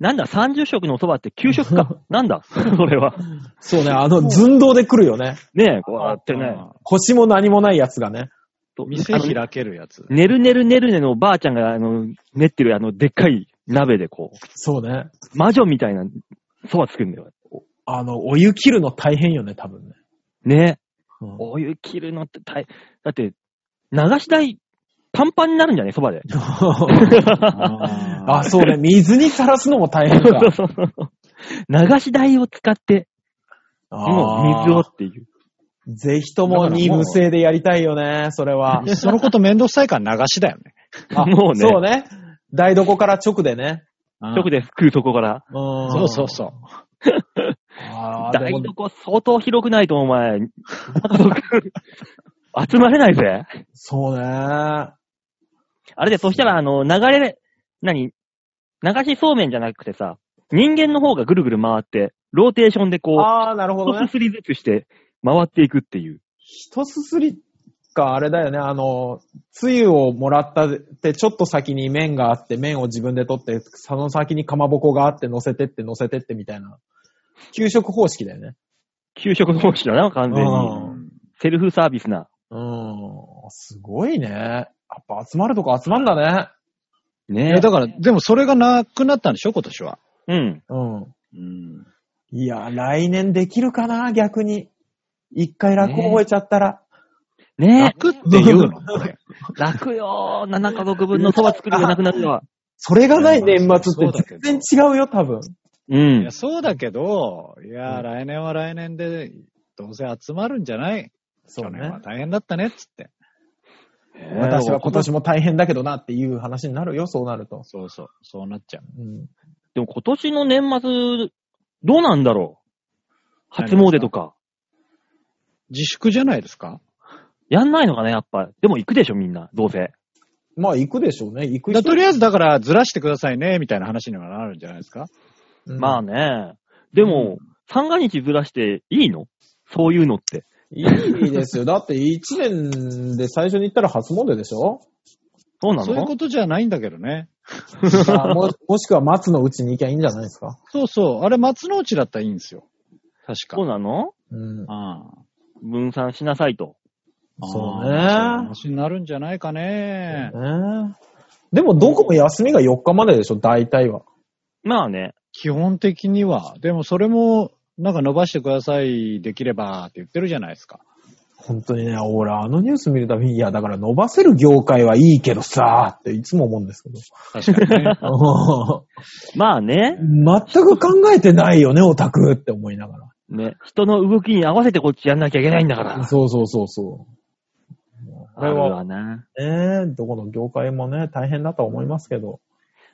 なんだ、30食のそばって給食 か。なんだ、 それは。
そうね、あの、寸胴で来るよね。
ねえ、こうやってね。
腰も何もないやつがね。
と
店
あの
開け るやつ。
ねるねるねるねのおばあちゃんが、あの、練ってる、あの、でっかい鍋でこ
そうね。
う、魔女みたいなそば作るんだよ。
あの、お湯切るの大変よね、多 分ね。
ねえ。
うん
お湯切るのって大だって、流し台、パンパンになるんじゃねそばで。
あ、そうね。水にさらすのも大変 か。
流し台を使って、もう
あー
水をっていう。
ぜひとも二部制でやりたいよね、それ は。
そのことめんどくさいから流しだよね。
あ
もうね
そうね。台所から直でね。
直で食うとこから。
うん。
そうそうそう。
あーで
台
も
所相当広くないと、お前。 集まれないぜ。
そうね。
あれで、そしたら、あの、流れ、何流しそうめんじゃなくてさ、人間の方がぐるぐる回って、ローテーションでこ
ああ、なる
う、
ほど
一
ね
す。すりずつして、回っていくっていう。
一すすりか、あれだよね。あの、つゆをもらったって、ちょっと先に麺があって、麺を自分で取って、その先にかまぼこがあって、乗せてって、乗せてってみたいな。給食方式だよね。
給食方式だな、完全
う
に。
ん
セルフサービスな。
うん。すごいね。やっぱ集まるとこ集まんだね。
い
ね
やだから、でもそれがなくなったんでしょ、今年は。
うん。
うん。
うん。
いや、来年できるかな、逆に。一回楽覚えちゃったら。
ね
楽って言うのこれ。
楽よー。7家族分のそば作りがなくなったわ。
それがない年末
そ
っ
うだ
て
けど
全然違うよ、多分。
う
い
ん
や、。そうだけど、いや、
うん
来年は来年で、どうせ集まるんじゃない
そ
去
う
年
ね
は。大変だったね、っつって。
私は今
ね
年も大変だけどなっていう話になるよ、そうなると。
そうそう、そうなっちゃう。
うん、
でも今年の年末、どうなんだろう初詣とか。
自粛じゃないですか
やんないのかね、やっぱ。でも行くでしょ、みんな。どうせ。
まあ、行くでしょうね。行く
だ
人
とりあえず、だから、ずらしてくださいね、みたいな話にはなるんじゃないですか
うん
まあね。でも、三が日ずらしていいのそういうのって。
いいですよ。だって、1年で最初に行ったら初詣でしょ
そうな
そういう
の
ことじゃないんだけどね。
あももしくは松のうちに行きゃいいんじゃないですか。
そうそう、あれ、松の内だったらいいんですよ。確か。
そうなの
うん、
ああ
分散しなさいと。
そうね
ああ話になるんじゃないかね。
ねでも、どこも休みが4日まででしょ、大体は。
まあね。
基本的には。でも、それも、なんか伸ばしてください、できれば、って言ってるじゃないですか。
本当にね、俺、あのニュース見るたびに、いや、だから伸ばせる業界はいいけどさーっていつも思うん ですけど。
確 かにね。
まあね。
全く考えてないよね、オタクって思いなが
ね。人の動きに合わせてこっちやんなきゃいけないんだから
ら。。そうそうそうそ
あるわな。
う。ねえ、どこの業界もね、大変だと思いますけ ど。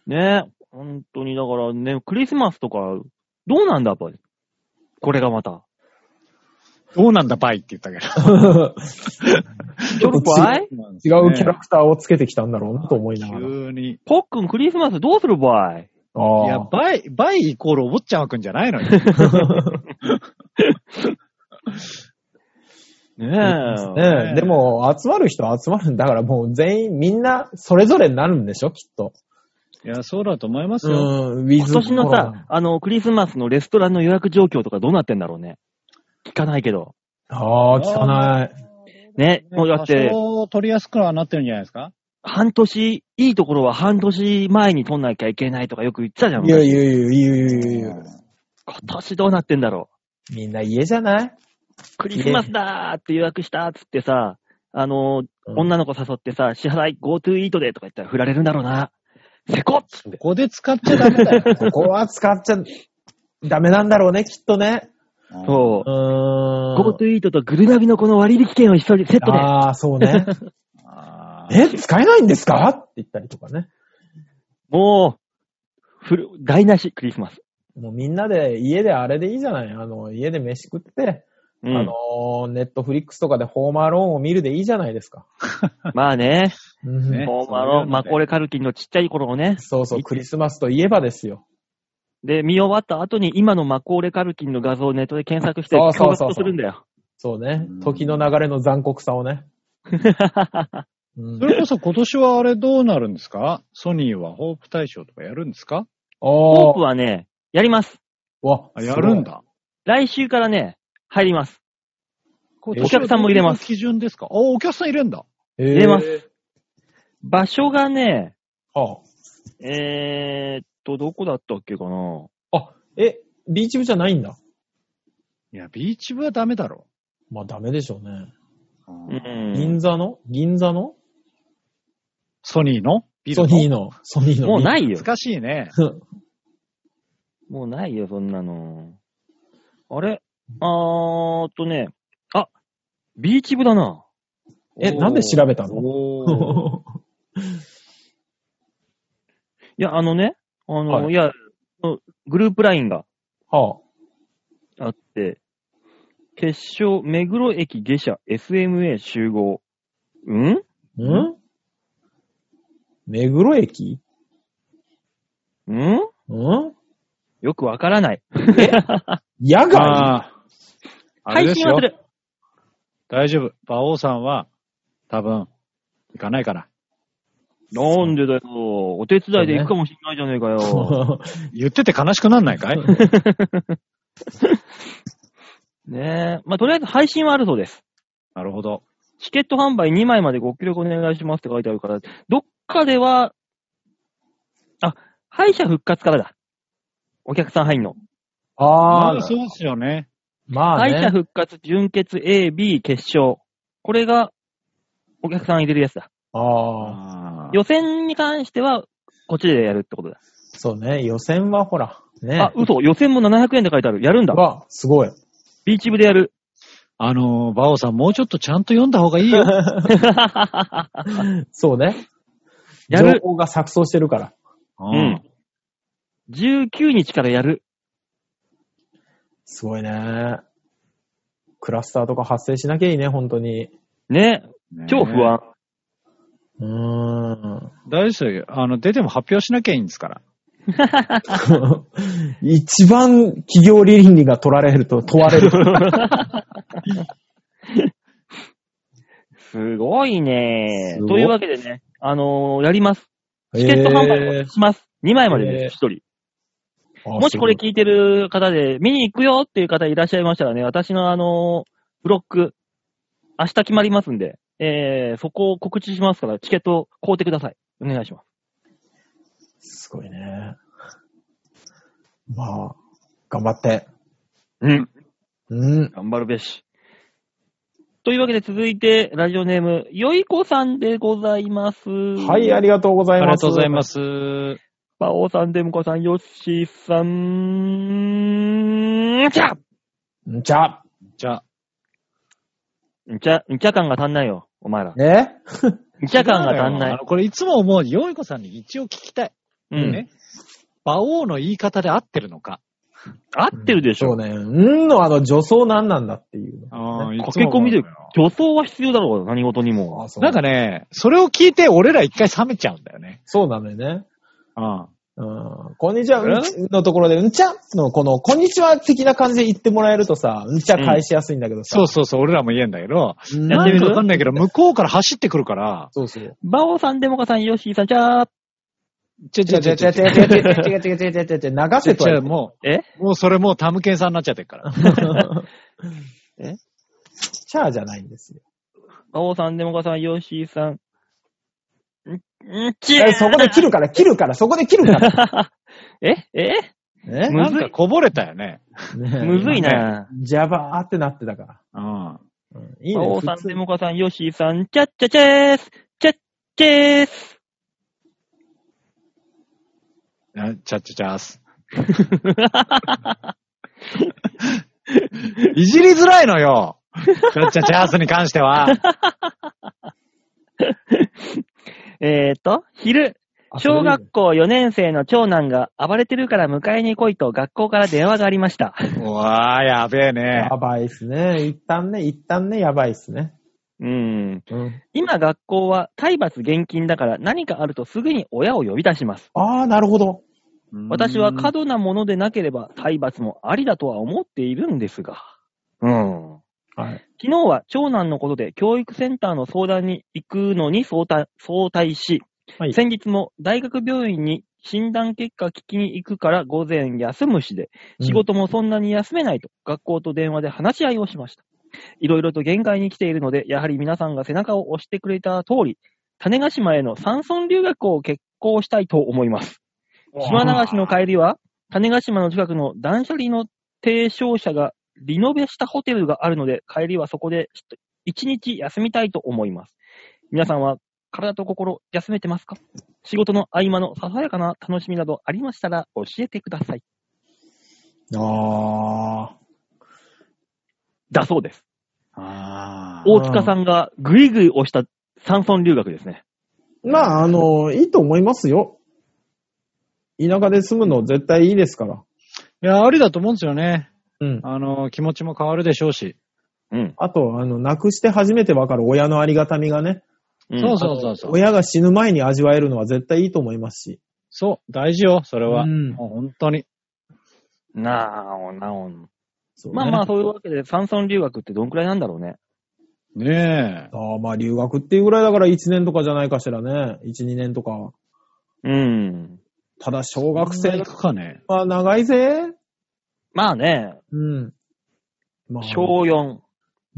ね。本当に、だからね、クリスマスとか、どうなんだ、やっぱり。これがまた。
どうなんだ、バイって言ったけど。
ちょっと怖い
違うキャラクターをつけてきたんだろうなと思いながら。
急に。い
ポックン、クリスマスどうするばい
あ
や、
あ。
バイ、バイイコールお坊ちゃまくんじゃないのよ。
ねえ。
ねえ、でも、集まる人は集まるんだから、もう全員、みんな、それぞれになるんでしょ、きっと。
いや、そうだと思います
う
よ。
ん、ウィ
今
ズ
年の
コロ
さ
ナ、
あの、クリスマスのレストランの予約状況とかどうなってんだろうね。聞かないけど。
ああ、聞かない。
ね。もうだって
多、少取りやすくはなってるんじゃないですか
半年、いいところは半年前に取んなきゃいけないとかよく言ってたじゃん。
いやいやいやいやいやいや
今年どうなってんだろ。
みんな家じゃないう
クリスマスだーって予約したーっつってさ、あのー
うん
女の子誘ってさ、支払い GoTo イートでとか言ったら振られるんだろうな。せこっつっ
そ
て。
こで使っちゃダ メだよ。
ここは使っちゃダメなんだろうね、きっとね。
そうう。
ーん。
GoTo イートとグルナビのこの割引券を一緒にセットで。
ああ、そう ね。
あー
え、使えないんですかって言ったりとかね。
もう、ふる、台無し、クリスマス。
もうみんなで家であれでいいじゃないあの、家で飯食って、
うん
あのー、ネットフリックスとかでホームアローンを見るでいいじゃないですか。
まあね、
ね
もう
そういう
あの、
ので
マコーレカルキンのちっちゃい頃をね、
そうそう、クリスマスといえばですよ。
で、見終わった後に今のマコーレカルキンの画像をネットで検索して、
そうそうそうそう
驚愕とするんだ よ。
そうね
うん。
時の流れの残酷さをね。うん
それこそ今年はあれどうなるんですかソニーはホープ大賞とかやるんですか
ホープ
あ
はね、やります。
わ
あやるん。だ。
来週からね、入ります。
お
お客さんも入れます
基準ですかあ、お客さん入れんだ。
すごい
入れます
へー
場所がね、
は
えーっと、どこだったっけかな
ああ、え、ビーチ部じゃないんだ。
いや、ビーチ部はダメだろ。
まあダメでしょうね。
うん
銀。座の銀座の
ソニーのビル
ソ
の
ニーの。ソニーの。
もうないよ
懐。かしいね。
もうないよ、そんなの。あれあーっとね、あ、ビーチ部だな。
え、なんで調べたの
の
いや、あのね、あの、
はい
い、や、グループラインが
は
あって、決勝、目黒駅下車、SMA 集合。うん
あ、ん目黒駅
うん
ん
よくわからない。
野外
ああ。あれ
配
です
信は
よ
す。る。
大丈夫。馬王さんは、多分、行かないから。
なんでだよ。お手伝いで行くかもしれないじゃねえか よ。
言ってて悲しくなんないかい
ねえ。まあ、とりあえず配信はあるそうです。
なるほど。
チケット販売2枚までご協力お願いしますって書いてあるから、どっかでは、あ、敗者復活からだ。お客さん入んの。
あ
ま
あ、
そうですよね。
まあ
敗者
ね。
復活、準決 A、B、決勝。これが、お客さん入れるやつだ。
ああ、
あ
予選に関しては、こっちでやるってことだ。
そうね。予選はほら、ね。
あ、嘘。予選も700円で書いてある。やるんだ。
わ、すごい。
ビーチ部でやる。
あのー、馬王さん、もうちょっとちゃんと読んだ方がいいよ。
そうね。
やる
情報が錯綜してるから。
う。19日からやる。
すごいね。クラスターとか発生しなきゃいいね、本当に。
ね。
ね
超不安。。
うーん。
大丈夫ですよ。あの、出ても発表しなきゃいいんですから。
一番企業倫理が取られると、問われる。
すごいね
すごい
というわけでね、あのーやります。 チケット販売をします。2枚までです、1人。
えー
もしこれ聞いてる方で、見に行くよっていう方いらっしゃいましたらね、私のあのーブロック、明日決まりますんで、えー、そこを告知しますから、チケット買うてください。お願いします。
すごいね。まあ、頑張って。
うん。
うん。
頑張るべし。というわけで続いて、ラジオネーム、よいこさんでございます。は
はい、ありがとうござ
あ
い
り
ま
が
す。。
とうございますす。
バオさん、デムコさん、ヨッシーさん、んちゃ
じゃあ、
じゃあ、
んちゃ、んちゃ感が足んないよ、お前ら。
ね
んちゃ感が足んな
あ
い
の。これいつも思う、ヨイコさんに一応聞きたい。
うん。
ね。馬王の言い方で合ってるのか。
合ってるでし
そう
ょ。
ね。うんのあの、女装なんなんだっていうの。
あ
駆け込みで、女装は必要だろう、何事にも。
あそう
なんかね、それを聞いて俺ら一回冷めちゃうんだよね。
そうなのよね。
うん。
うん。こんにちは、
え
うんのところで、うんちゃのこの、こんにちは的な感じで言ってもらえるとさ、うんちゃ返しやすいんだけどさ。
そうそうそう、俺らも言えんだけど、
うん
や
な
っ
ん
てみ
で
る
かわかんないけど、向こうから走ってくるから、
そうそう。
バオさん、デモカさん、ヨッシーさん、ちゃー
ちょ
違う違う違う違う違う違う違う違う違う違う違う流せとは言ってない
も
え
う、もうそれもうタムケンさんになっちゃってるから。
え
チャーじゃないんですよ。
バオさん、デモカさん、ヨッシーさん、ん、んちゃ
えそこで切るから、切るから、そこで切るから。
ええ
ね
む
なん
ずい
かこぼれたよね。
ね
むずいな。
ジャバーってなってたから。
うん。
うんいい
バ
ね。
オさ
普
ん、
通
デモカさん、ヨッシーさん、ちゃっちゃちゃーすちゃっちゃーす
あちゃっちゃちゃーす。いじりづらいのよ。ちゃっちゃちゃーすに関しては。
えーと、昼、
あ
小学校4年生の長男が暴れてるから迎えに来いと学校から電話がありました。
うわー、やべえね
や。ばいっすね。一旦ね、一旦ね、やばいっすね。
うん。
うん。
今学校は体罰厳禁だから何かあるとすぐに親を呼び出します。
ああ、なるほど。
私は過
角
度なものでなければ体罰もありだとは思っているんですが。うん。
はい。
昨日は長男のことで教育センターの相談に行くのに相対相対し、
はい
先日も大学病院に診断結果聞きに行くから午前休むしで、仕事もそんなに休めないと学校と電話で話し合いをしました。いろいろと限界に来ているので、やはり皆さんが背中を押してくれた通り、種子島への山村留学を決行したいと思います。島流しの帰りは、種子島の近くの断捨離の提唱者がリノベしたホテルがあるので、帰りはそこで一日休みたいと思います。皆さんは体と心休めてますか仕事の合間のささやかな楽しみなどありましたら教えてください。
ああ。
だそうです。
あー
大塚さんがぐいぐい押した山村留学ですね。
まあ、あの、いいと思いますよ。田舎で住むの絶対いいですから。
いや、ありだと思うんですよね。
うん。
あの、気持ちも変わるでしょうし。
うん。
あと、あの、亡くして初めてわかる親のありがたみがね、
そうそうそうそう。
親が死ぬ前に味わえるのは絶対いいと思いますし。
そう、大事よ、それは。
うん
もう本当に。
うん。なあおなおん。
そうね
まあまあ、そういうわけで、山村留学ってどんくらいなんだろうね。
ねえ。
ああ、まあ留学っていうぐらいだから1年とかじゃないかしらね。1、2年とか。
うん。
ただ小学
そん
生
な行くかね。
は長いぜ。
まあね、
うん。まあ、
小4。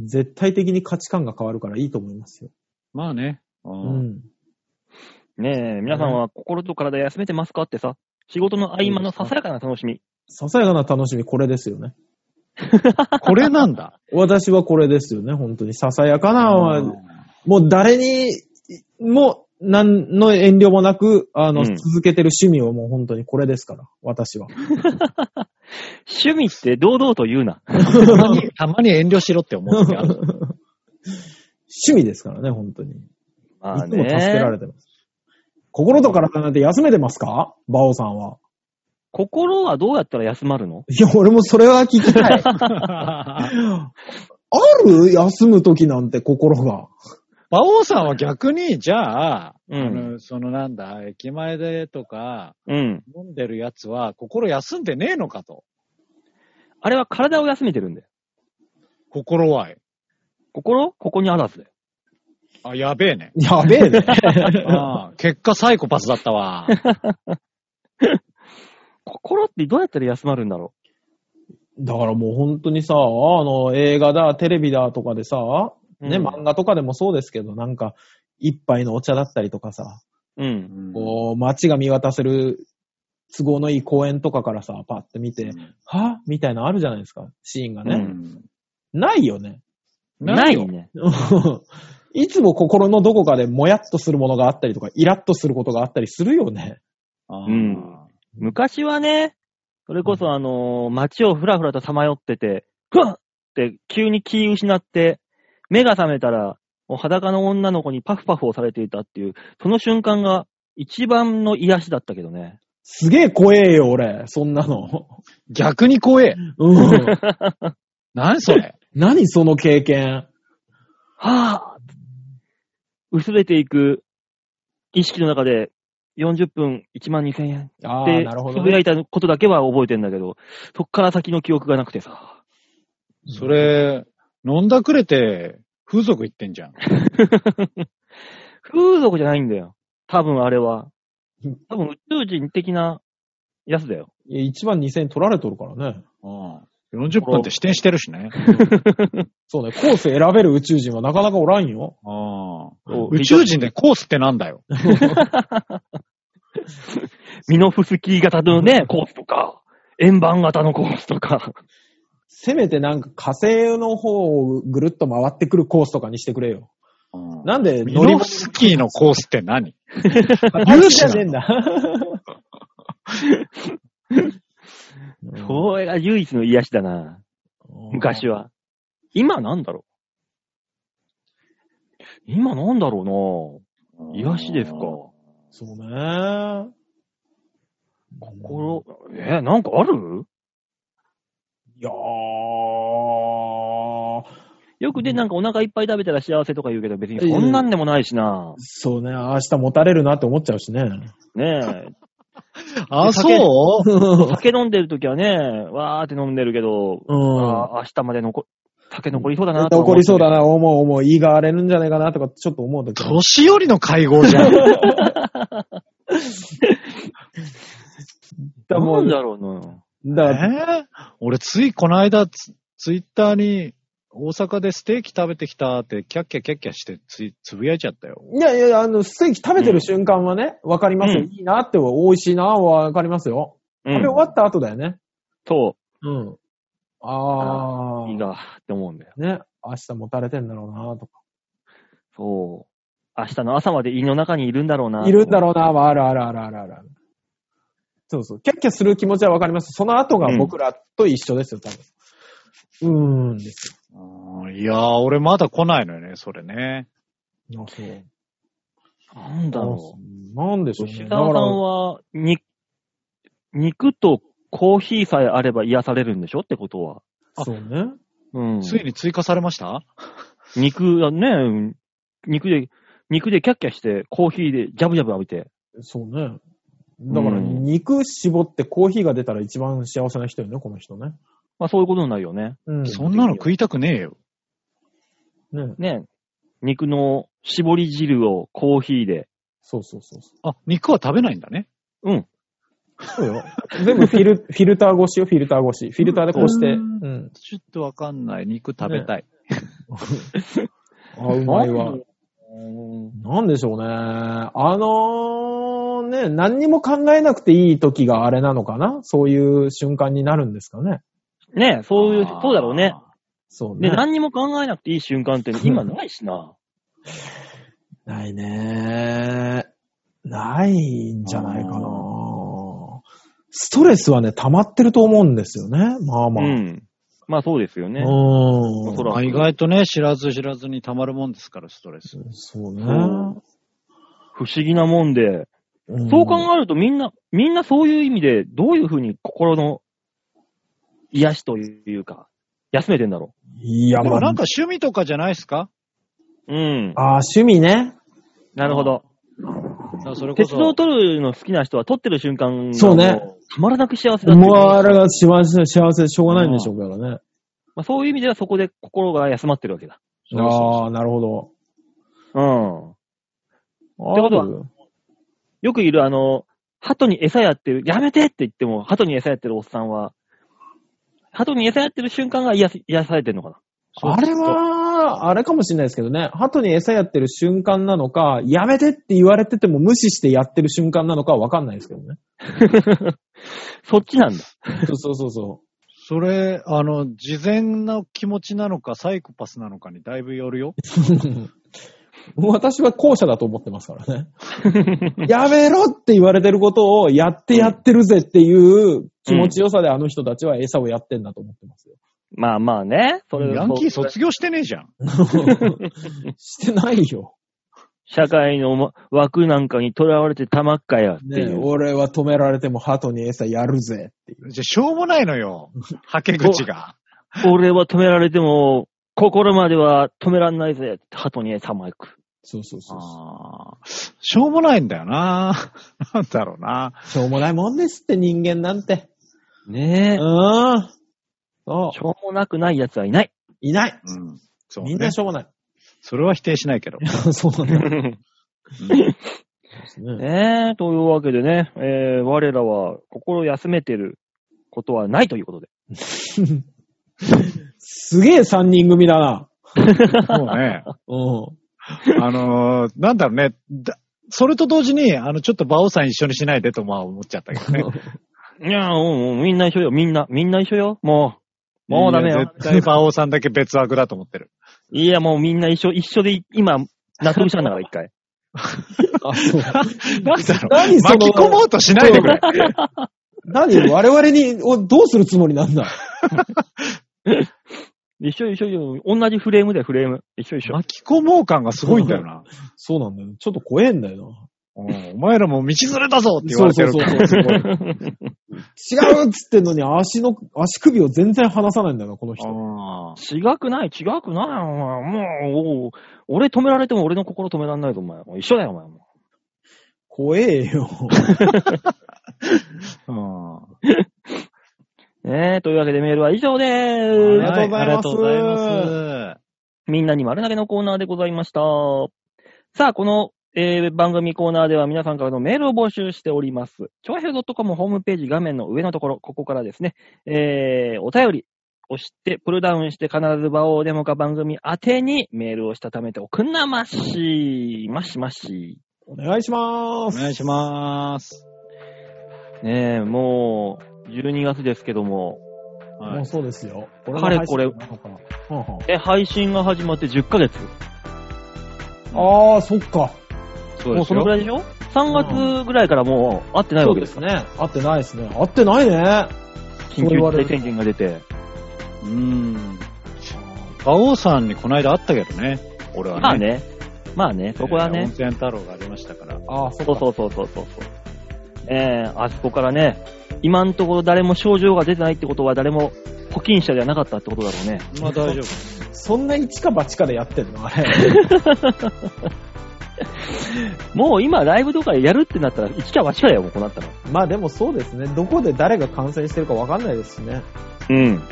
絶対的に価値観が変わるからいいと思いますよ。
まあね。う。
うんん。
ねえ、皆さんは心と体休めてますかってさ、仕事の合間のささやかな楽しみ。
ささやかな楽しみ、これですよね。
これなんだ。
私はこれですよね、本当に。ささやかな、
うん
もう誰にも、何の遠慮もなく、あの、
うん
続けてる趣味をもう本当にこれですから、私は。
趣味って堂々と言うな。
たまに、 たまに遠慮しろって思う時ある。
趣味ですからね、本当に。
ま
いつも助けられてます。心と体なんて休めてますかバオさんは。
心はどうやったら休まるの
いや、俺もそれは聞き たい。ある休む時なんて心が。。
馬王さんは逆に、じゃあ、
う
あ
ん。
のそのなんだ、駅前でとか、
うん。
飲んでるやつは心休んでねえのかと。
あれは体を休めてるんだよ。
心は。
心ここにあらずだよ。
あ、やべえね
やべ えね。
あー結果サイコパスだったわ。
心ってどうやったら休まるんだろ
だからもう本当にさ、あの、映画だ、テレビだとかでさ、
う。
ね、
うん
漫画とかでもそうですけど、なんか、一杯のお茶だったりとかさ、
うん。
こう、街が見渡せる都合のいい公園とかからさ、パッて見て、はみたいなのあるじゃないですか、シーンが
う
ね。
ん
ないよね。
ない
よ。
ね。
いつも心のどこかでもやっとするものがあったりとか、イラッとすることがあったりするよね。
あー
うん昔はね、それこそあのー街をふらふらとさまよってて、ふわっって急に気失って、目が覚めたら、もう裸の女の子にパフパフをされていたっていう、その瞬間が一番の癒しだったけどね。
すげえ怖えよ、俺。そんなの。
逆に怖え。
うん。
何それ。
何その経験。
はぁ薄れていく意識の中で、40分1万2000円
あ
って
あ、なるほ
つ
ど、
ぶや
ね。
いたことだけは覚えてんだけど、そっから先の記憶がなくてさ。
それ、飲んだくれて、風俗行ってんじゃん。
風俗じゃないんだよ。多分あれは。多分宇宙人的なやつだよ。
いや1万2000円取られとるからね。
うん40分って支店してるしね。
そうね、コース選べる宇宙人はなかなかおらんよ。
あ
そう
ー宇宙人でコースってなんだよ。
ミノフスキー型のね、コースとか、円盤型のコースとか。
せめてなんか火星の方をぐるっと回ってくるコースとかにしてくれよ。
うん
なんで
ミ
乗り
ノ
物
フスキーのコースって何
あタイプじゃねえんだ。
それが唯一の癒しだな。
うん
昔は。今なんだろう今なんだろうな癒しですか。
そうね。
心、えーなんかある
いやー、
よくで、なんかお腹いっぱい食べたら幸せとか言うけど、別にそんなんでもないしな。
そうね、明日持たれるなって思っちゃうしね。
ねえ。
あ、そう
う
酒飲んでるときはね、わーって飲んでるけど、
ん。
あー明日まで残、酒残りそうだなと思
残りそうだ
な。
な、思う思う、胃が荒れるんじゃないかなとか、ちょっと思うときも
年寄りの会合じゃん。
だ
な
も
ん
う
だろうな。
だ
え
から
ー俺ついこの間ツ、ツイッターに、大阪でステーキ食べてきたって、キャッキャキャッキャしてつい、つぶやいちゃったよ。
いやいや、あの、ステーキ食べてる瞬間はね、わかりますよ。
うん
いいなって、美味しいな、わかりますよ。
う
食べ
ん。
終わった後だよね。
そ
うん。あ
う。
ー。
いいが、って思うんだよ。
ね、明日持たれてんだろうな、と
そう。明日の朝まで胃の中にいるんだろうな。
か。いるんだろうな、はあるあるあるあるある。そうそう。キャッキャする気持ちはわかります。その後が僕らと一緒ですよ、多分。うーんです
うんいやー、俺まだ来ないのよね、それね。
よ。あそう
う。なんだろ
なんでし
う。
ょうね。
吉
だ
沢
か
さん
ら、
は、に、肉とコーヒーさえあれば癒されるんでしょってことは。
そうね。
うん。
ついに追加されました
肉がね、うん肉で、肉でキャッキャして、コーヒーでジャブジャブ浴びて。
そうね。だから、
うん
肉絞ってコーヒーが出たら一番幸せな人よね、この人ね。
まあそういうことになるよね。
うん。
そんなの食いたくねえよ。
ね。
ね。肉の絞り汁をコーヒーで。
そうそうそうそ
あ、肉は食べないんだね。
うん。
う。そうよ。全部フィル、フィルター越しよ、フィルター越し。フィルターでこうして。
う
うん。
ちょっとわかんない。肉食べたい。
あ、うまいわ。
うん
なんでしょうね。あのー、ね、何にも考えなくていい時があれなのかなそういう瞬間になるんですかね。
ねそういう、
あー
そうだろうね。。
そう
で、
ね。
何にも考えなくていい瞬間って今ないしな。
ないねないんじゃないか
あ
なストレスはね、溜まってると思うんですよね。まあまあ。
うん。まあそうですよね。
う
お
ん
そらく
まあ意外とね、知らず知らずに溜まるもんですから、ストレス。
そうね。
不思議なもんで。
ん
そう考えるとみんな、みんなそういう意味で、どういうふうに心の癒しというか、休めてんだろ
いや、
で
ま
も
あ、
なんか趣味とかじゃないですか
う。うん。
ああ、趣味ね。
なるほど。
だからそれこ
鉄
そ。
道を撮るの好きな人は撮ってる瞬間が
そうね
もうたまらなく幸せだっていう
もうあれが幸せ、幸せでしょうがないんでしょうからね。
まあ、そういう意味ではそこで心が休まってるわけだ。
そうそうそう
ああ、なるほど。
うん。
って
ことはよくいるあの、鳩に餌やってる、やめてって言っても、鳩に餌やってるおっさんは、鳩に餌やってる瞬間が癒す癒されてるのかな。
あれは、あれかもしれないですけどね。鳩に餌やってる瞬間なのか、やめてって言われてても無視してやってる瞬間なのかはわかんないですけどね。
そっちなんだ。
そうそうそうそ
それ、あの、事前の気持ちなのか、サイコパスなのかにだいぶよるよ。
う。 私は後者だと思ってますからね。 やめろって言われてることをやってやってるぜっていう気持ちよさであの人たちは餌をやってんだと思ってますよ。
まあまあね。それ
ヤンキー
そう
卒業してねえじゃん。
してないよ。
社会のま枠なんかにとらわれてたまっかやって
ね
いう。
俺は止められても鳩に餌やるぜっていう。
じゃ、しょうもないの よ。はけ口が。
俺は止められても、心までは止めらんないぜ。鳩に餌まいく。
そうそうそうそ
あーしょうもないんだよな。 なんだろうな。
う。しょうもないもんですって人間なんて。
ねえ
う。ーん。そう
しょうもなくない奴はいない。
いない。
うん。そう、
み
ね
ん。なしょうもない。
それは否定しないけど。
そうなん
うん
ですね。
ねえ、というわけでね、えー我らは心休めてることはないということで。
すげえ三人組だな。
もうね。
うん。
あのーなんだろうね。だそれと同時に、あの、ちょっと馬王さん一緒にしないでと、まあ思っちゃったけ どね。
いやー、うんうんみんな一緒よ、みんな、みんな一緒よ、もう。もうダメ
いや
よ。
絶対馬王さんだけ別枠だと思ってる。
いや、もうみんな一緒、一緒でい今、納得したんだから、一回。
あ そう
なんだろ
何
う。
その
巻き込もうとしないでくれ。
何我々に、おどうするつもりなんだ
一緒一緒一緒。同じフレームでフレーム。一緒一緒。
巻き込もう感がすごいんだよ な。
そうなんだよ。ちょっと怖えんだよ
うんお前らもう道連れだぞっ
な。
て言われてる
そう
から。
そうそうそう。 違うっつってんのに足の、足首を全然離さないんだよな、この人。
あー
違くない、違くないよ、お前。もう、おう俺止められても俺の心止められないぞ、お前。もう一緒だよ、お前。も
怖えよ。
うん
うねえ、というわけでメールは以上で
り
ー
がとうございます
はありがとうございます。
す。みんなに丸投げのコーナーでございました。さあ、この、えー番組コーナーでは皆さんからのメールを募集しております。超平 .com ホームページ画面の上のところ、ここからですね、えーお便り押して、プルダウンして必ず場をデモか番組宛てにメールをしたためておくんなましましまし。
お願いしま
お
ーす。
願いします。
ねえ、もう、12月ですけども、
もうそうですよ。こ
かれこれえ、配信が始まって10ヶ月
ああ、そっか。
そ
もうそのぐらいでしょ ?3 月ぐらいからもう会ってないわけですか
ね。合ってないですね。合ってないね。
緊急事態宣言が出て。
うん。馬王さんにこの間会ったけどね。俺はね。
まあね。まあね、
えー。
そこは
温
ね。
泉太郎がありましたから。
ああ、そっ
そ
か。
うそうそうそうそう。えー、あそこからね、今のところ誰も症状が出てないってことは誰も保菌者ではなかったってことだろうね。
まあ大丈夫。
そんな一か八かでやってるの あれ。
もう今ライブとかやるってなったら一か八かだよ、もうこうなったら。
まあでもそうですね。どこで誰が感染してるかわかんないですしね。
うん。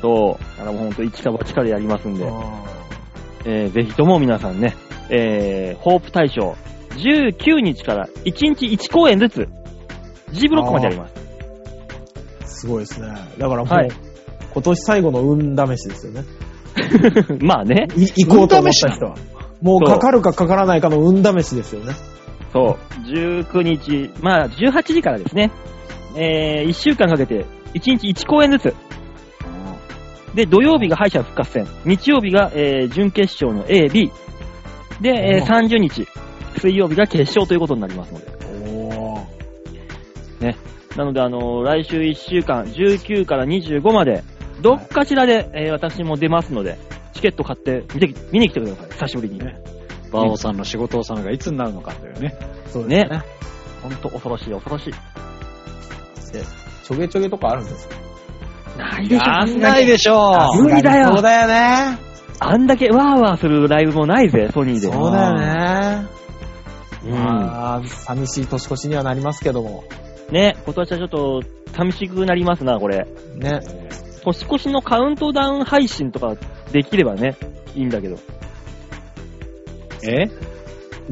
そう。だからもうほんと一か八かでやりますんで。
あ
えーぜひとも皆さんね、えー、ホープ大賞、19日から1日1公演ずつ、G ブロックまでやります。
ーすごいですね。だからもう、
はい
今年最後の運試しですよね。
まあね、
い行こうと思った人は。もうかかるかかからないかの運試しですよね。
そう、19日、まあ18時からですね、えー、1週間かけて、1日1公演ずつ。で、土曜日が敗者復活戦、日曜日が、えー、準決勝の A、B。で、えー、
お
30日、水曜日が決勝ということになりますので。
おー。
なので、あのー来週1週間、19から25まで、どっかしらで、えー私も出ますので、チケット買って見てき見に来てください、久しぶりに。
ね馬
バオ
王
さ
さんの仕事をさんがいつになるのかというね。
そうです
ん
ね。
ね。ほんと恐ろしい、恐ろしい。
ちょげちょげとかあるんですか
ないでしょ、
やんないでしょう。
あ無理だよ
そうだよね。
あんだけわーわーするライブもないぜ、ソニーで。
そうだよね。
うん。
まあ、寂しい年越しにはなりますけども。
ね、今年はちょっと、寂しくなりますな、これ。
ね。
年越しのカウントダウン配信とかできればね、いいんだけど。
え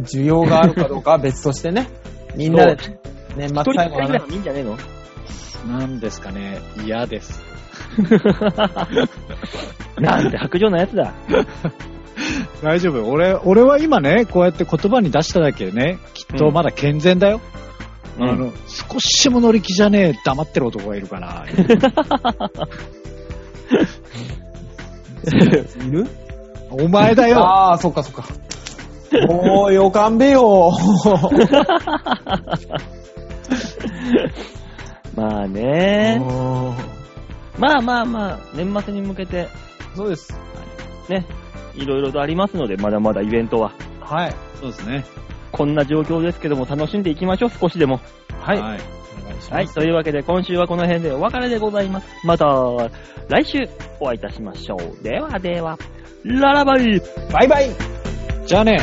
需要があるかど うかは別としてね。みんなで、年末
一人一
最
人
後
ぐら
はいね
がいいんじゃねえの
なんですかね。嫌です。
なんて白状なやつだ。
大丈夫。俺、俺は今ね、こうやって言葉に出しただけでね、きっとまだ健全だよ。あの、少しも乗り気じゃねえ、黙ってる男がいるから。
いる
お前だよ。
ああ、そっかそっか。 もう、よかんべよ。
まあ ね
うん
まあまあまあ、年末に向けて、
そうです。
ね、いろいろとありますので、まだまだイベントは。
はい。
そうですね。
こんな状況ですけども、楽しんでいきましょう、少しでも。
はい。
は
お
い。
願いし
は
ま
い、
す。
というわけで、今週はこの辺でお別れでございます。また、来週、お会いいたしましょう。ではでは、ララバイ
バイバイ
じゃあね。